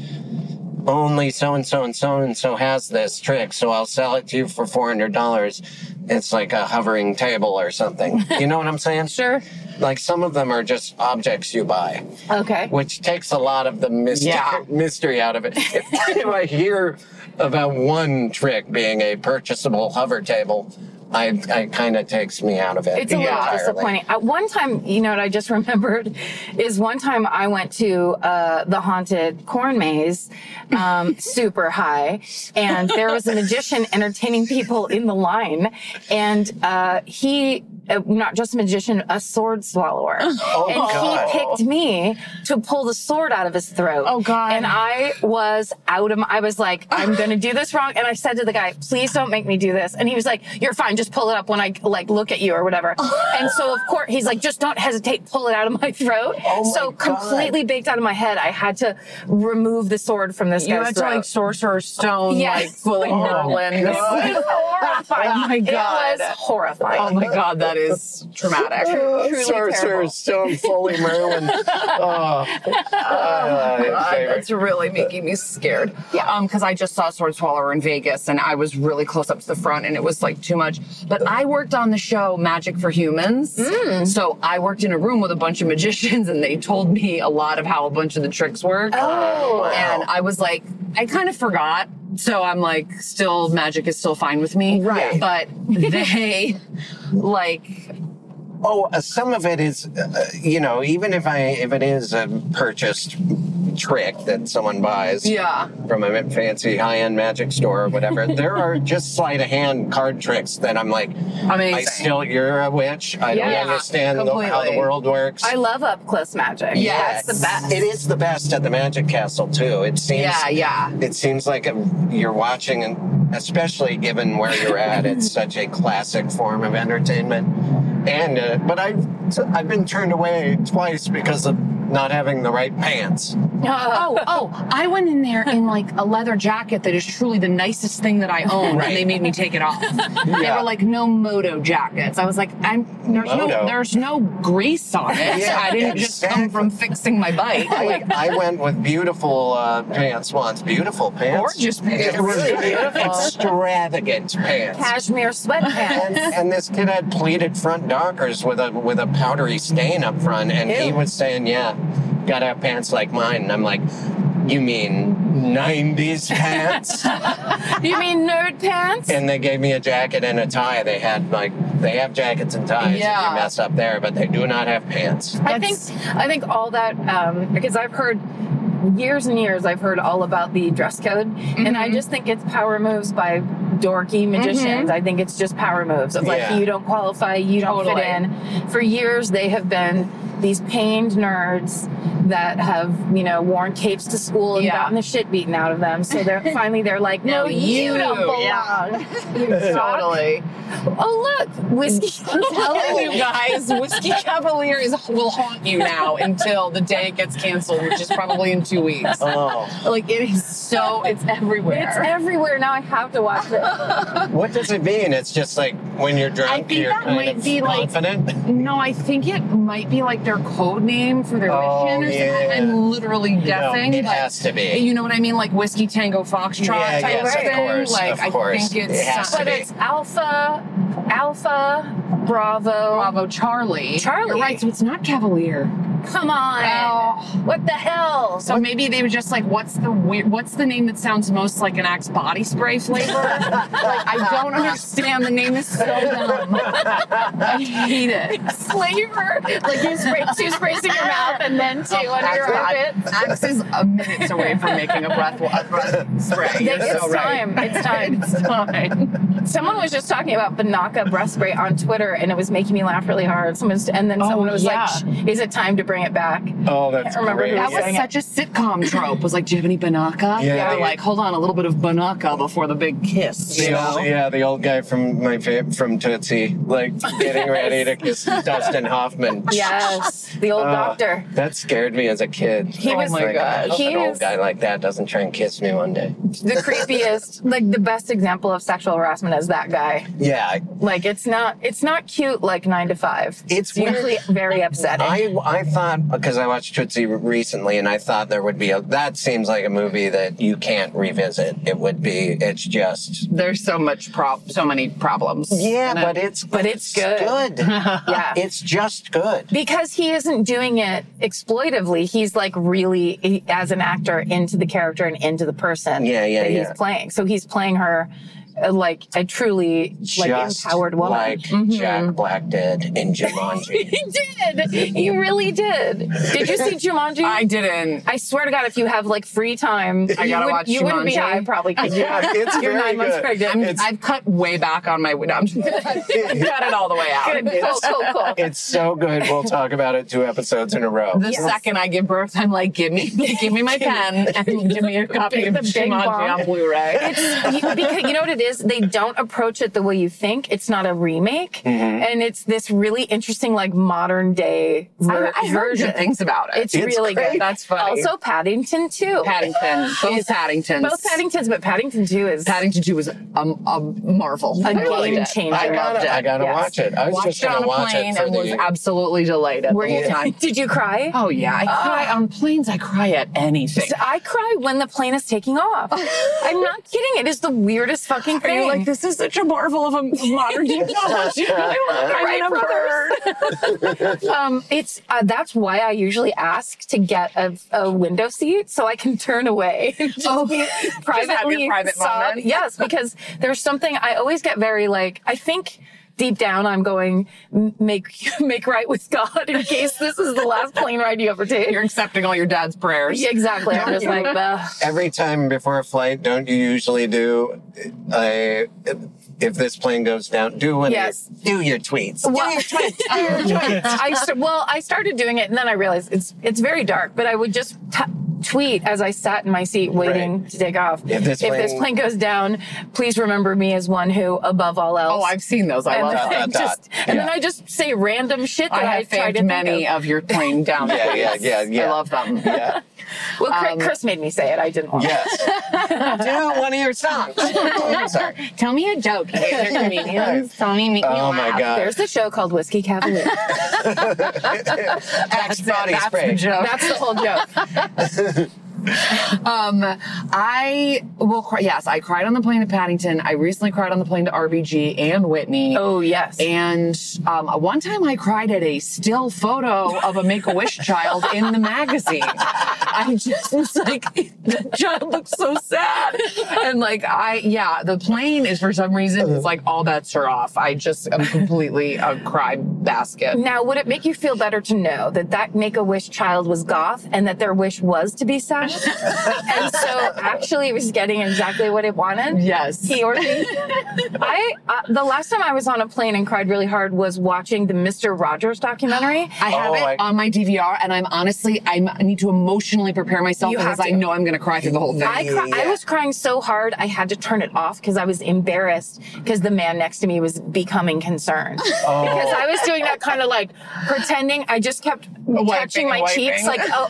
Only so and so and so and so has this trick, so I'll sell it to you for four hundred dollars. It's like a hovering table or something. You know what I'm saying?
Sure.
Like some of them are just objects you buy
Okay.
which takes a lot of the mystery,
Yeah.
mystery out of it. if I hear about one trick being a purchasable hover table, I, I kind of takes me out of it.
It's a little
entirely.
disappointing. At one time, you know what I just remembered is one time I went to uh, the haunted corn maze, um, super high, and there was a magician entertaining people in the line, and uh, he. Uh, not just a magician, a sword swallower.
Oh,
and
God.
he picked me to pull the sword out of his throat.
Oh, God.
And I was out of my, I was like, I'm gonna do this wrong. And I said to the guy, please don't make me do this. And he was like, You're fine, just pull it up when I like look at you or whatever. and so of course he's like, just don't hesitate, pull it out of my throat.
Oh, my
so
God.
completely baked out of my head, I had to remove the sword from this
you
guy's
had to
throat.
like sorcerer's stone
Yes.
like Willie Merlin
it was horrifying.
Oh, my Oh
It
God.
was horrifying.
oh my god that is traumatic
Sorcerer
terrible.
Stone Foley Merlin. oh, Uh,
God,
favorite.
that's really making me scared. Yeah. Um, because I just saw Sword Swallower in Vegas and I was really close up to the front and it was like too much. But I worked on the show Magic for Humans. So I worked in a room with a bunch of magicians and they told me a lot of how a bunch of the tricks work.
Oh.
And I was like, I kind of forgot. So I'm like, still, magic is still fine with me.
Right.
But they, like,
Oh, uh, some of it is, uh, you know, even if I if it is a purchased trick that someone buys,
yeah.
from a fancy high-end magic store or whatever. there are just sleight of hand card tricks that I'm like,
Amazing.
I still you're a witch. I
Yeah,
don't understand the, how the
completely.
world works.
I love up close magic.
Yes.
That's the best.
It is the best at the Magic Castle too. It seems.
yeah, yeah.
It seems like a, you're watching, and especially given where you're at, it's such a classic form of entertainment. And uh, but I, I've been turned away twice because of not having the right pants.
Oh, oh, I went in there in like a leather jacket that is truly the nicest thing that I own,
Right.
and they made me take it off. They
Yeah.
were like no moto jackets. I was like, I'm there's
Moto?
no there's no grease on it.
Yeah,
I didn't just come
exactly.
from fixing my bike.
I,
Like,
I went with beautiful uh, pants once. Beautiful pants.
Gorgeous pants.
It was
Beautiful.
extravagant pants.
Cashmere sweatpants.
and, and this kid had pleated front dockers with a with a powdery stain up front, and he
Ew.
was saying, "Yeah, gotta have pants like mine." And I'm like, "You mean '90s pants?"
you mean nerd pants?
and they gave me a jacket and a tie. They had like they have jackets and ties. if
Yeah.
you mess up there, but they do not have pants.
I think I think all that um, because I've heard years and years I've heard all about the dress code, and
Mm-hmm.
I just think it's power moves by dorky magicians. I think it's just power moves of like
Yeah.
you don't qualify, you don't
Totally.
fit in. For years they have been these pained nerds that have you know worn capes to school and
Yeah.
gotten the shit beaten out of them. So they're finally they're like, no,
Now
you,
you,
don't belong.
yeah.
You suck."
totally.
Oh look, whiskey.
Telling you guys, Whiskey Cavalier is will haunt you now until the day it gets canceled, which is probably in two weeks.
Oh,
Like it is so it's everywhere.
It's everywhere now. I have to watch it.
what does it mean? It's just like when you're drunk,
think
you're
that
kind
might
of
be, like,
confident.
No, I think it might be like their code name for their
Oh,
understand.
yeah.
I'm literally guessing.
it
but
has to be.
You know what I mean? Like whiskey tango foxtrot
Yeah,
type
yes,
of
of
thing.
course,
like
of
I
course.
think it's uh,
It has
some-
to
But
be.
it's Alpha, Alpha, Bravo.
Bravo Charlie.
Charlie.
You're right. So it's not Cavalier.
Come on.
Wow.
What the hell?
So maybe they were just like, what's the weird, what's the name that sounds most like an Axe body spray flavor? like I don't understand. The name is so dumb. I hate it.
flavor. Like you spray, two sprays in your mouth and then two
Oh,
under your
Axe,
armpit.
Axe is a minute away from making a breath, a breath spray. You're
It's
so right.
time. It's time.
It's time.
Someone was just talking about Banaka breath spray on Twitter, and it was making me laugh really hard. Someone was, and then
Oh,
someone was
yeah.
like, "Sh- "Is it time to bring it back?"
Oh, that's
I remember
great.
who
That was
Saying
such a sitcom trope. Was like, do you have any banaka?
Yeah.
They're like, hold on, a little bit of banaka before the big kiss. You
The
know?
old, yeah, the old guy from my fa- from Tootsie, like getting ready to kiss Dustin Hoffman.
Yes, the old
Uh,
doctor.
That scared me as a kid.
He
I
was-
Oh my
like,
gosh.
I hope
He
an old
is-
guy like that doesn't try and kiss me one day.
the creepiest, like the best example of sexual harassment is that guy.
Yeah, I-
Like it's not it's not cute like nine to five.
It's weird.
usually very upsetting.
I I thought because I watched Tootsie recently, and I thought there would be a. That seems like a movie that you can't revisit. It would be. It's just.
There's so much prob, so many problems.
Yeah,
And
but it's but
it's good. yeah.
it's just good.
because he isn't doing it exploitively. He's like really, he- as an actor, into the character and into the person
Yeah, yeah,
that he's
yeah.
playing. So he's playing her uh, like a truly like
just
empowered woman.
like
Mm-hmm.
Jack Black did in Jumanji.
he did. He really did. Did you see Jumanji?
I didn't.
I swear to God, if you have like free time,
I
you,
gotta
would,
watch
you wouldn't be.
Jumanji.
I probably could.
Yeah, it's
You're
very
nine months
good.
pregnant.
I'm,
It's-
I've cut way back on my. No, I'm just kidding. I've cut it all the way out.
Good. Cool, cool, cool.
it's so good. We'll talk about it two episodes in a row.
The second I give birth, I'm like, give me, give me my pen and give me a copy of
The big
Jumanji
bomb.
on Blu-ray.
It's- you, because you know what it is? They don't approach it the way you think. It's not a remake,
Mm-hmm.
and it's this really interesting, like modern day ver-
I, I heard
version.
good things about it.
It's, really good.
That's funny.
Also, Paddington too.
Paddington, both Paddingtons.
Both Paddingtons, but Paddington too is
Paddington 2 was um, a marvel.
a
Really
game
did.
changer.
I gotta, I gotta
Yes.
watch it. I was just
Watched it
gonna
on a
watch
plane
it for
and
the-
was absolutely delighted.
Were
the
you?
whole time.
Did Ah. you cry?
Oh yeah, I cry on planes. I cry at anything.
I cry when the plane is taking off. I'm not kidding. It is the weirdest fucking
Are
thing.
you like this is such a marvel of a of modern technology? I love the
Right,
Wright brothers.
Um, it's uh, that's why I usually ask to get a, a window seat so I can turn away. and just
Oh.
be
Just have your
privately
private
sob.
moment.
Yes, because there's something I always get very like I think deep down I'm going "M- make make right with God in case this is the last plane ride you ever take.
You're accepting all your dad's prayers.
Yeah, exactly. I'm just like "Ugh."
Every time before a flight, don't you usually do a if this plane goes down, do one of your-
Yes.
do your tweets.
Well, I st- well, I started doing it, and then I realized it's it's very dark. But I would just t- tweet as I sat in my seat waiting
Right.
to take off.
If this plane-
plane goes down, please remember me as one who, above all else.
Oh, I've seen those. I
and,
love
then
them.
I
Dot, dot,
just,
dot.
and
Yeah.
then I just say random shit that
I
I,
have
try to
faked many
Think
of. your plane down.
Yeah, yeah, yeah, yeah.
I love them.
Yeah.
of. Well,
um,
Chris, Chris made me say it. I didn't want. to.
Yes. do one of your songs. I'm sorry.
Tell me a joke. comedians. Tell me, make me
Oh my god.
There's a show called Whiskey Cavalier.
Axe body
That's the
spray.
joke.
That's the whole joke.
Um, I will cry. Yes, I cried on the plane to Paddington. I recently cried on the plane to RBG and Whitney.
Oh yes.
And um, one time I cried at a still photo of a Make a Wish child in the magazine. I just was like, the child looks so sad. And like, I, yeah, the plane is for some reason, it's like all bets are off. I just am completely a cry basket.
Now, would it make you feel better to know that that Make a Wish child was goth and that their wish was to be sad? and so, actually, it was getting exactly what it wanted.
Yes.
He or she. I uh, the last time I was on a plane and cried really hard was watching the Mister Rogers documentary.
I have
Oh,
it
I-
on my DVR, and I'm honestly, I'm, I need to emotionally prepare myself
You
because
have
I
to.
know I'm going to cry through the whole thing.
I, cry- I was crying so hard I had to turn it off because I was embarrassed because the man next to me was becoming concerned
Oh.
because I was doing that kind of like pretending I just kept
Wiping
touching my
and wiping.
cheeks like oh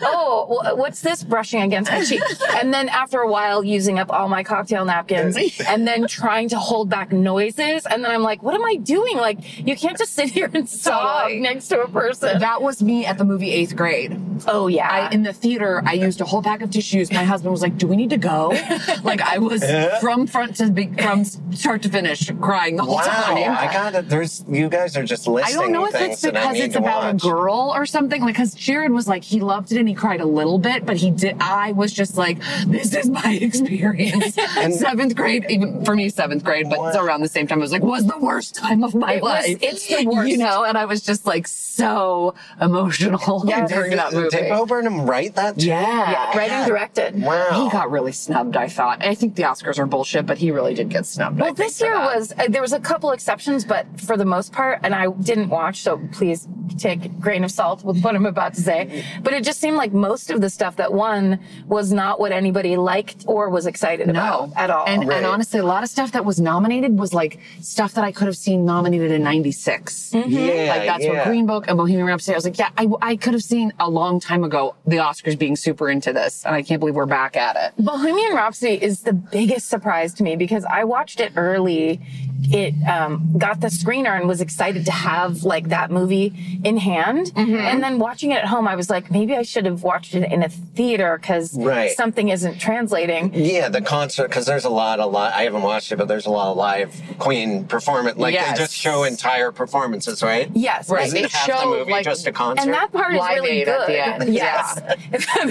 oh wh- what's this brushing against my cheek. and then after a while, using up all my cocktail napkins and then trying to hold back noises. And then I'm like, what am I doing? Like, you can't just sit here and sob
Totally.
next to a person.
That was me at the movie eighth grade.
oh, yeah.
I, in the theater, I used a whole pack of tissues. My husband was like, "Do we need to go?" Like I was from front to be, from start to finish crying the whole
Wow,
time.
I got it. There's you guys are just
I
listing.
don't know if
things
it's
that I
because
need
it's
to
about
watch.
a girl or something. Like, because Jared was like, he loved it and he cried a little bit, but he did. I was just like, this is my experience. seventh grade, even for me, seventh grade, but it's around the same time, I was like, was the worst time of my
It was-
life.
it's the worst.
you know. And I was just like so emotional
Yes.
during that movie.
Did Bo Burnham write that? too?
yeah.
yeah, writing directed.
Wow.
He got really snubbed, I thought. I think the Oscars are bullshit, but he really did get snubbed. I
Well,
think,
this
for
year
that.
was uh, there was a couple exceptions, but for the most part, and I didn't watch, so please take a grain of salt with what I'm about to say. But it just seemed like most of the stuff that won was not what anybody liked or was excited
No,
about at all.
And,
Right.
and honestly, a lot of stuff that was nominated was like stuff that I could have seen nominated in '96.
Mm.
Yeah,
Like that's
yeah.
what Green Book and Bohemian Rhapsody. I was like, yeah, I, I could have seen a long time ago the Oscars being super into this, and I can't believe we're back at
Mm-hmm.
it.
Bohemian Rhapsody is the biggest surprise to me because I watched it early. It um, got the screener and was excited to have like that movie in hand.
Mm-hmm.
And then watching it at home, I was like, maybe I should have watched it in a theater because
Right.
something isn't translating.
Yeah, the concert because there's a lot of live. I haven't watched it, but there's a lot of live Queen performance. Like
Yes.
they just show entire performances, right?
Yes,
Right.
and-
Isn't
They
half
show,
the movie
like-
just a concert?
and that part is
Live
really
Aid
good.
at the end.
Yes,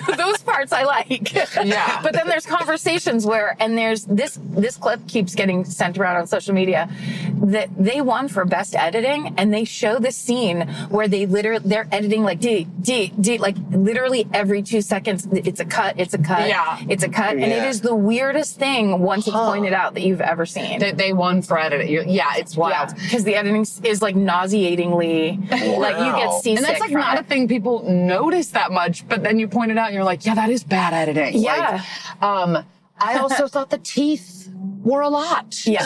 those parts I like.
Yeah.
but then there's conversations where, and there's this this clip keeps getting sent around on social media that they won for best editing, and they show the scene where they literally they're editing like d d d like literally every two seconds it's a cut, it's a cut,
Yeah.
it's a cut, and it
Yeah.
is the weirdest thing once it's pointed out that you've ever seen.
They, they won for editing. You're- Yeah, it's wild.
because the editing s- is like nauseatingly, like you get
Wow.
seasick.
And that's like
from
not
it.
a thing people notice that much, but then you point it out and you're like, yeah, that is bad editing.
Yeah.
Like, um, I also thought the teeth were a lot.
Yeah.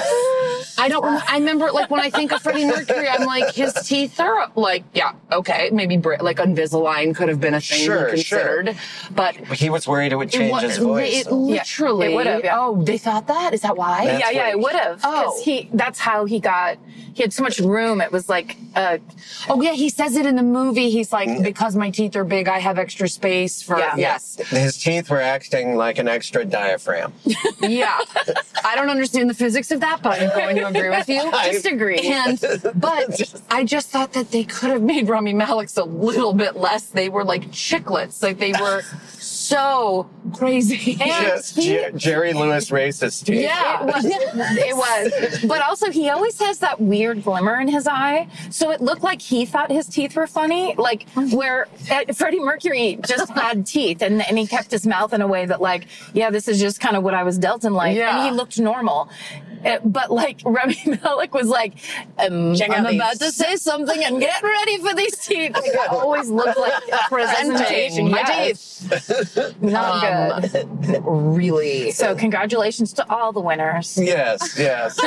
I don't. Rem- I remember like when I think of Freddie Mercury, I'm like his teeth are like yeah okay maybe bri- like Invisalign could have been a thing
Sure,
considered, but
he was worried it would change
wa-
his voice.
It
so-
literally.
it would've, yeah.
Oh, they thought that. Is that why?
That's
yeah,
what-
yeah, it would have.
Oh.
he that's how he got he had so much room. It was like uh
Oh yeah, he says it in the movie. He's
Mm-hmm.
like because my teeth are big, I have extra space for
Yeah.
yes.
His teeth were acting like an extra diaphragm.
Yeah. I don't understand the physics of that, but I'm going to agree with you.
I-
disagree.
And but I just thought that they could have made Rami Malik's a little bit less. They were like chiclets, like they were so crazy.
Just Jer- Jerry Lewis racist teeth.
yeah,
It was, it was. But also, he always has that weird glimmer in his eye. So it looked like he thought his teeth were funny. Like, where uh, Freddie Mercury just had teeth and, and he kept his mouth in a way that, like, yeah, this is just kind of what I was dealt in life.
Yeah.
And he looked normal. Uh, but, like, Remy Malik was like, um,
Check out
I'm
these.
about to say something and get ready for these teeth. Like, it always looked like a presentation.
Presenting,
My
yes.
teeth. Not
Um,
good.
really.
So, congratulations to all the winners.
Yes, yes.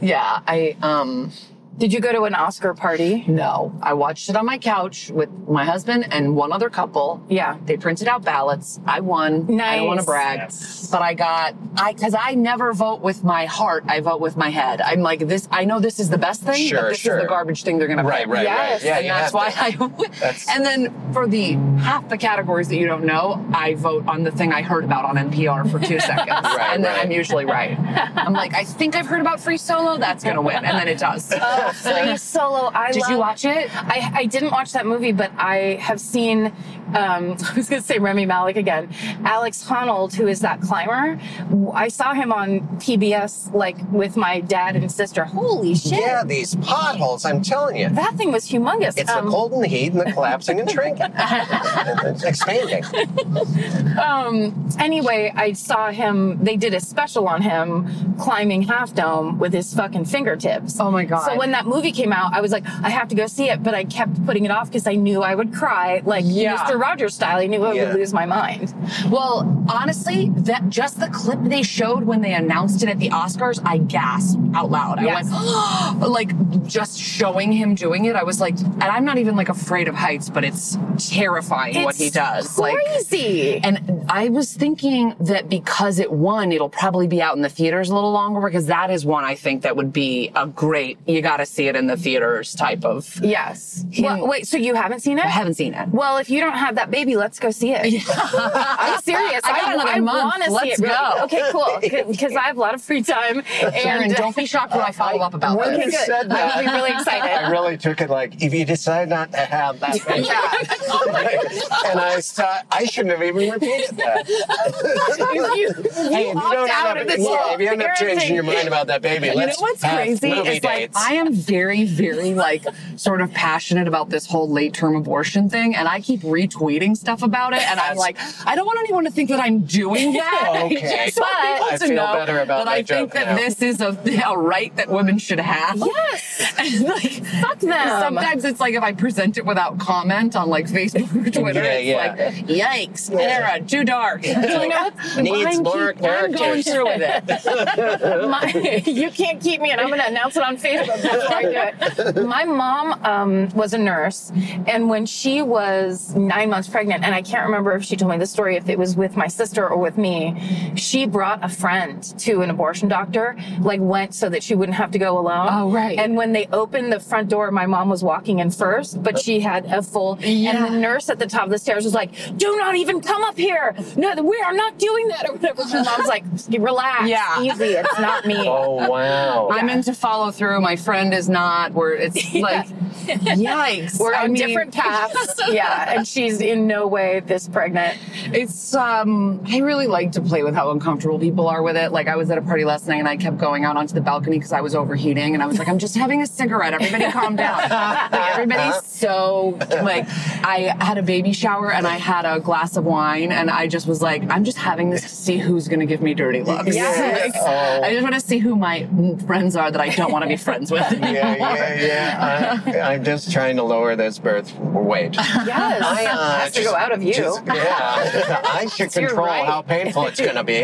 yeah, I um
Did you go to an Oscar party?
no, I watched it on my couch with my husband and one other couple.
Yeah.
They printed out ballots. I won. I don't want
Nice.
to brag,
Yes.
but I got I because I never vote with my heart. I vote with my head. I'm like this. I know this is the best thing, but
Sure,
this
sure.
is the garbage thing they're gonna
right,
pick.
right,
Yes.
right. Yeah,
and
you
that's
have
why
to.
I.
That's-
and then for the half the categories that you don't know, I vote on the thing I heard about on NPR for two seconds,
Right,
and then
right.
I'm usually right. I'm like, I think I've heard about Free Solo. That's gonna win, and then it does.
Free Solo. I
Did you
love-
watch it?
I, I didn't watch that movie, but I have seen. Um, I was going to say Remy Malik again. Alex Honnold, who is that climber? I saw him on PBS, like with my dad and sister. Holy shit!
Yeah, these potholes, I'm telling you.
That thing was humongous.
It's
Um,
the cold and the heat and the collapsing and shrinking. it's expanding.
um, anyway, I saw him. They did a special on him climbing Half Dome with his fucking fingertips.
Oh my God.
So when that movie came out, I was like, I have to go see it, but I kept putting it off because I knew I would cry, like
Yeah.
Mr. Rogers style. I knew I
Yeah.
would lose my mind.
Well, honestly, that just the clip they showed when they announced it at the Oscars, I gasped out loud.
Yes.
I went, like just showing him doing it, I was like, and I'm not even like afraid of heights, but it's terrifying what
It's
he does. Like
Crazy.
and I was thinking that because it won, it'll probably be out in the theaters a little longer because that is one I think that would be a great, you got to see it in the theaters type of.
yes. Well, wait, so you haven't seen it?
I haven't seen it.
Well, if you don't have that baby, let's go see it. I'm serious.
I got another month.
wanna see
Let's
it. really-
go.
Okay, cool. Because I have a lot of free time.
Aaron,
And
don't be shocked when I follow up about
When
this.
you said
I'll be
that,
really
I
excited.
really took it like if you decide not to have that baby. and I thought I shouldn't have even repeated that.
You-
hey, if you
opt
don't
out
end
of
up,
this
yeah,
whole
if you end up changing your mind about that baby,
You know
let's
what's
have
crazy
movie
is like
dates.
I am very, very like sort of passionate about this whole late term abortion thing, and I keep retweeting stuff about it, and I'm like, I don't want anyone to think that I'm doing that.
Okay.
I just want
But-
people
I
to
feel
know
better about
that
my
I think
joke
that
now.
this is a, a right that women should have.
Yes.
And, like,
Fuck them.
Sometimes it's like if I present it without comment on like Facebook or Twitter,
Yeah,
it's like, yikes, Era, too dark.
You know what?
needs
Mine
more
keep-
I'm going
characters.
through with it.
my, you can't keep me, and I'm going to announce it on Facebook before I do it. My mom um, was a nurse, and when she was nine months pregnant, and I can't remember if she told me the story, if it was with my sister or with me, she brought a friend to an abortion doctor, like went so that she wouldn't have to go alone.
Oh, right.
And when they opened the front door, my mom was walking in first, but she had a full, and
Yeah.
the nurse at the top of the stairs was like, "Do not even come up here. No, we are not doing that." Or whatever. My mom's like, "Relax,
Yeah.
easy. It's not me."
Oh wow!
I'm into follow through. My friend is not. Where it's like, yikes.
We're
I
on
mean,
different paths. yeah, and she's in no way this pregnant.
It's um I really like to play with how uncomfortable people are with it. Like I was at a party last night and I kept going out onto the balcony because I was overheating and I was like, I'm just having a cigarette. Everybody calm down. Like, everybody's so like I had a baby shower and I had a glass of wine and I just was like, I'm just having this to see who's gonna give me dirty looks.
Yes.
Like, I just wanna see who my friends are that I don't want to be friends with.
yeah, yeah, yeah. I, I'm just trying to lower this birth weight.
Yes,
I, uh,
has to
just-
go out of you.
just- yeah, I should
You're
control
right.
how painful it's going to be.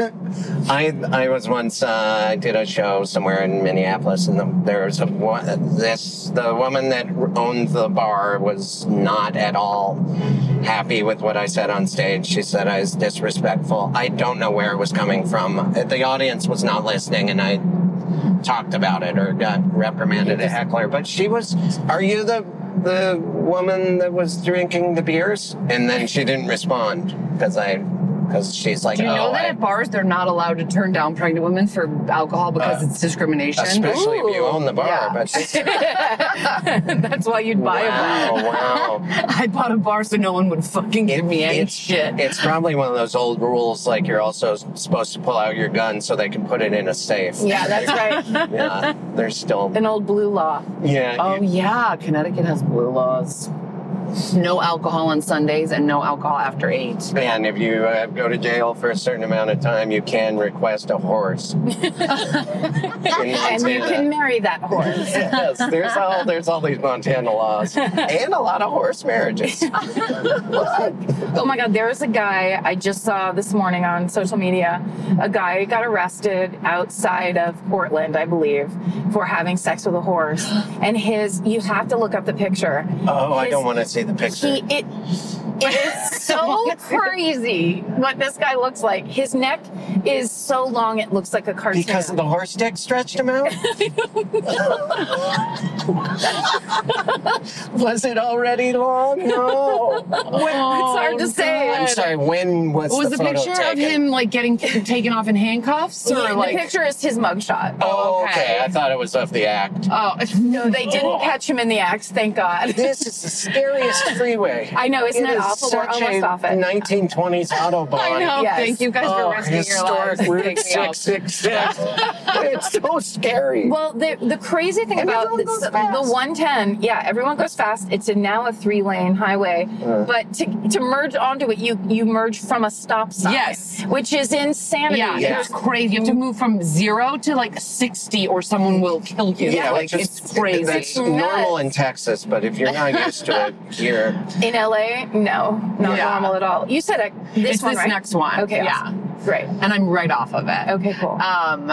I I was once uh, I did a show somewhere in Minneapolis, and the, there was a wo- this the woman that owned the bar was not at all happy with what I said on stage. She said I was disrespectful. I don't know where it was coming from. The audience was not listening, and I talked about it or got reprimanded a heckler. But she was, are you the the woman that was drinking the beers? And then she didn't respond because I because she's like,
Do you
oh,
know that
I-
at bars they're not allowed to turn down pregnant women for alcohol because it's discrimination?
especially if you own the bar.
Yeah.
But
That's why you'd buy a bar.
wow, wow.
I bought a bar so no one would fucking give me any
it's
shit.
It's probably one of those old rules, like you're also supposed to pull out your gun so they can put it in a safe.
Yeah, that's right.
yeah. There's still
An old blue law.
yeah.
oh yeah, Connecticut has blue laws. No alcohol on Sundays and no alcohol after eight.
And if you uh, go to jail for a certain amount of time, you can request a horse. In
And you
Montana.
can marry that horse.
yes, there's all there's all these Montana laws and a lot of horse marriages.
Oh my God, there is a guy I just saw this morning on social media. A guy got arrested outside of Portland, I believe, for having sex with a horse. And his, you have to look up the picture.
Oh, I
His-
don't want to see the picture.
He, it, it is so crazy what this guy looks like. His neck is so long, it looks like a cartoon.
because the horse dick stretched him out? Was it already long? No.
it's
hard to say.
I'm sorry, when was,
Was
the,
the,
photo
picture of
taken?
him like getting taken off in handcuffs or
Yeah,
like?
the picture is his mugshot.
Oh,
Okay.
okay. I thought it was of the act.
Oh no,
They didn't catch him in the act, thank God.
This is the scariest busiest freeway.
I know, isn't
It
it,
is
awful? We're
such
almost
a
off it.
1920s autobahn.
I know.
Yes.
Thank you guys
Oh,
for risking your lives.
historic Route
Take me out.
six six six. It's so scary.
Well, the, the crazy thing about
everyone goes
this, the
fast.
110, yeah, everyone goes fast. It's a, now a three lane highway,
Uh.
but to, to merge onto it, you you merge from a stop sign.
Yes.
which is insanity.
Yeah,
Yeah.
it's crazy. You have to move from zero to like 60 or someone will kill you.
yeah,
like
which
it's
is
crazy.
That's
It's
normal
nuts.
in Texas, but if you're not used to it here,
In LA, no, not
Yeah.
normal at all. You said it, this
it's
one,
this
right?
next one.
Okay,
Yeah.
awesome. great.
And I'm right off of it.
Okay, cool.
Um,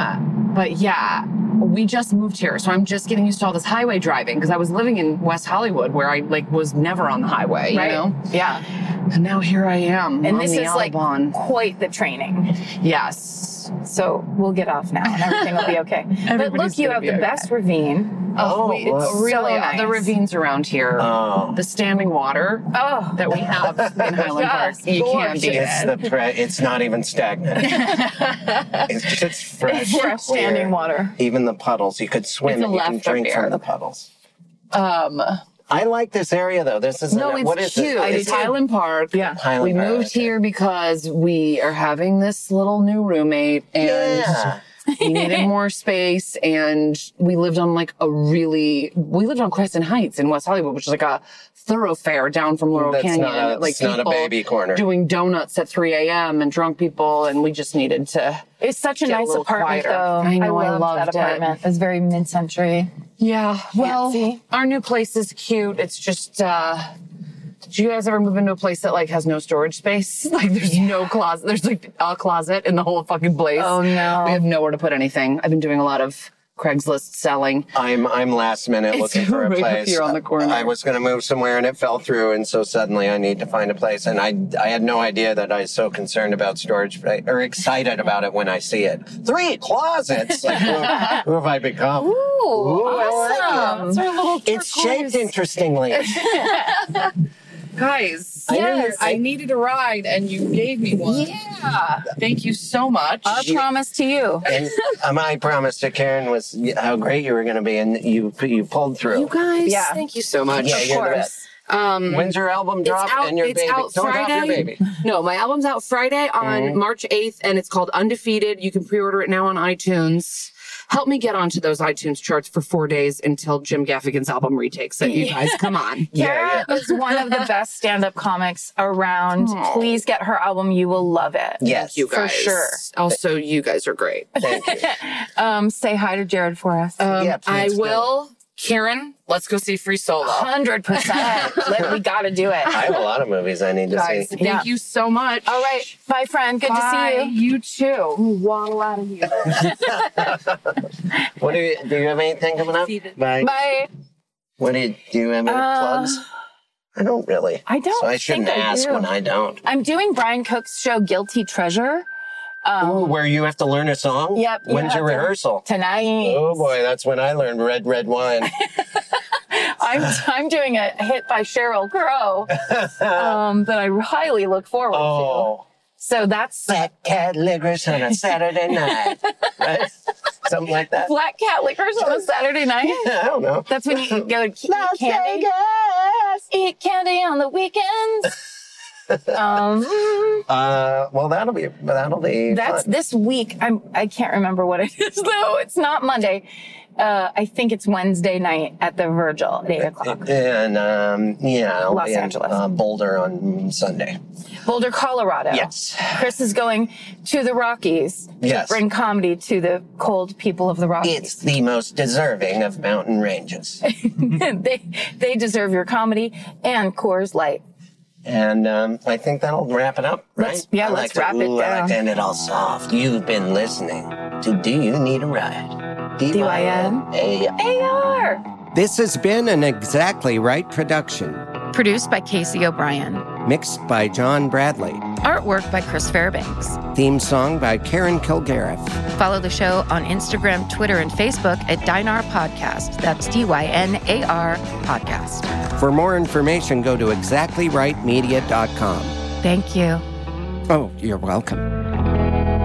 but yeah, we just moved here, so I'm just getting used to all this highway driving because I was living in West Hollywood where I like was never on the highway, you
right?
know.
Yeah,
And now here I am
and
on
this
the
is like
Autobahn.
quite the training.
yes.
So we'll get off now, and everything will be okay. but look,
Everybody's
you
gonna
have
be
the
okay.
best ravine.
Oh,
we- it's
wow.
really
So
the
nice.
ravines around here,
Oh.
the standing water
Oh,
that we have in Highland Park.
Just
You can't beat
gorgeous.
it.
it's the pre- it's not even stagnant. it's just fresh,
fresh
clear.
standing water.
Even the puddles, you could swim
It's a
and you can
left up
drink
there.
from the puddles.
Um,
I like this area though. This is
no, it's
what is
cute.
This?
It's Highland Park.
Yeah.
Highland
we
Park,
moved
okay.
here because we are having this little new roommate and
Yeah.
we needed more space and we lived on like a really we lived on Crescent Heights in West Hollywood, which is like a thoroughfare down from Laurel
That's
Canyon.
not a-
like
it's not a
people
baby corner.
Doing donuts at 3 a.m. and drunk people, and we just needed to
It's such a
Get a
nice
little
apartment,
quieter.
though.
I know, I
loved
loved it.
that apartment. It's very mid-century.
Yeah. Well,
Fancy.
our new place is cute. It's just uh do you guys ever move into a place that like has no storage space? Like there's no closet. There's like a closet in the whole fucking place.
Oh, no.
We have nowhere to put anything. I've been doing a lot of Craigslist selling.
I'm I'm last minute
It's
looking for a
right up
place.
here on the corner.
I was going to move somewhere and it fell through, and so suddenly I need to find a place. And I I had no idea that I was so concerned about storage or excited about it when I see it. Three closets. Like, who, who have I become? Ooh, I like it.
It's our little
It's
turquoise.
shaped interestingly.
Guys,
I know
yes,
you're-
I needed a ride and you gave me one.
Yeah.
Thank you so much.
Our promise to you.
and my promise to Karen was how great you were going to be, and you you pulled through.
you guys,
Yeah.
thank you so much.
Yeah,
Of
you're the
course.
Um,
When's your album drop
out,
and your
it's
baby?
out
Don't
Friday.
drop your baby.
No, my album's out Friday on
Mm-hmm.
March 8th, and it's called Undefeated. You can pre-order it now on iTunes. Help me get onto those iTunes charts for four days until Jim Gaffigan's album retakes it. You guys, come on.
Yeah,
Kara is one of the best stand-up comics around. Please get her album. You will love it.
Yes,
You
you
guys.
sure.
Also, you guys are great.
Thank you.
Um, say hi to Jared for us.
Um,
Yeah,
I
please do.
will. Karen, let's go see Free Solo.
Hundred percent. We gotta do it.
I have a lot of movies I need to
Guys,
see.
thank you so much.
All right, bye, friend. Good to see you.
You too.
What do you do? You have anything coming up? Bye.
Bye.
What do you do? You have any
Uh,
plugs? I don't really.
I don't
So I
think
shouldn't
I
ask
do.
when I don't.
I'm doing Brian Cook's show, Guilty Treasure,
Ooh, Oh, where you have to learn a song.
Yep, you
When's
have
your
to-
rehearsal?
tonight.
Oh boy, that's when I learned red, red wine.
I'm I'm doing a hit by Cheryl Crow um, that I highly look forward to.
Oh,
So that's
black cat licorice on a Saturday night, right? Something like that.
Black Cat Liquors on a Saturday night.
I don't know.
That's when you go to eat candy. Eat candy on the weekends. um,
Uh, well, that'll be that'll be.
that's
fun.
this week. I'm I can't remember what it is though. It's not Monday. Uh, I think it's Wednesday night at the Virgil at eight o'clock.
And um, yeah, I'll
Los
be in,
Angeles.
uh, Boulder on Sunday.
Boulder, Colorado.
Yes.
Chris is going to the Rockies
Yes.
to bring comedy to the cold people of the
It's
Rockies.
the most deserving of mountain ranges.
they they deserve your comedy and Coors Light.
And um, I think that'll wrap it up, right?
Let's- yeah,
I
let's
like to-
wrap it
ooh, I like
down.
to end it all soft. You've been listening to Do You Need a Ride?
DYN.
A-
AR.
This has been an Exactly Right production,
Produced by Casey O'Brien.
mixed by John Bradley,
Artwork by Chris Fairbanks.
theme song by Karen Kilgariff.
Follow the show on Instagram, Twitter, and Facebook at Dinar Podcast. That's D Y N A R Podcast.
For more information, go to exactlyrightmedia.com.
Thank you.
Oh, you're welcome.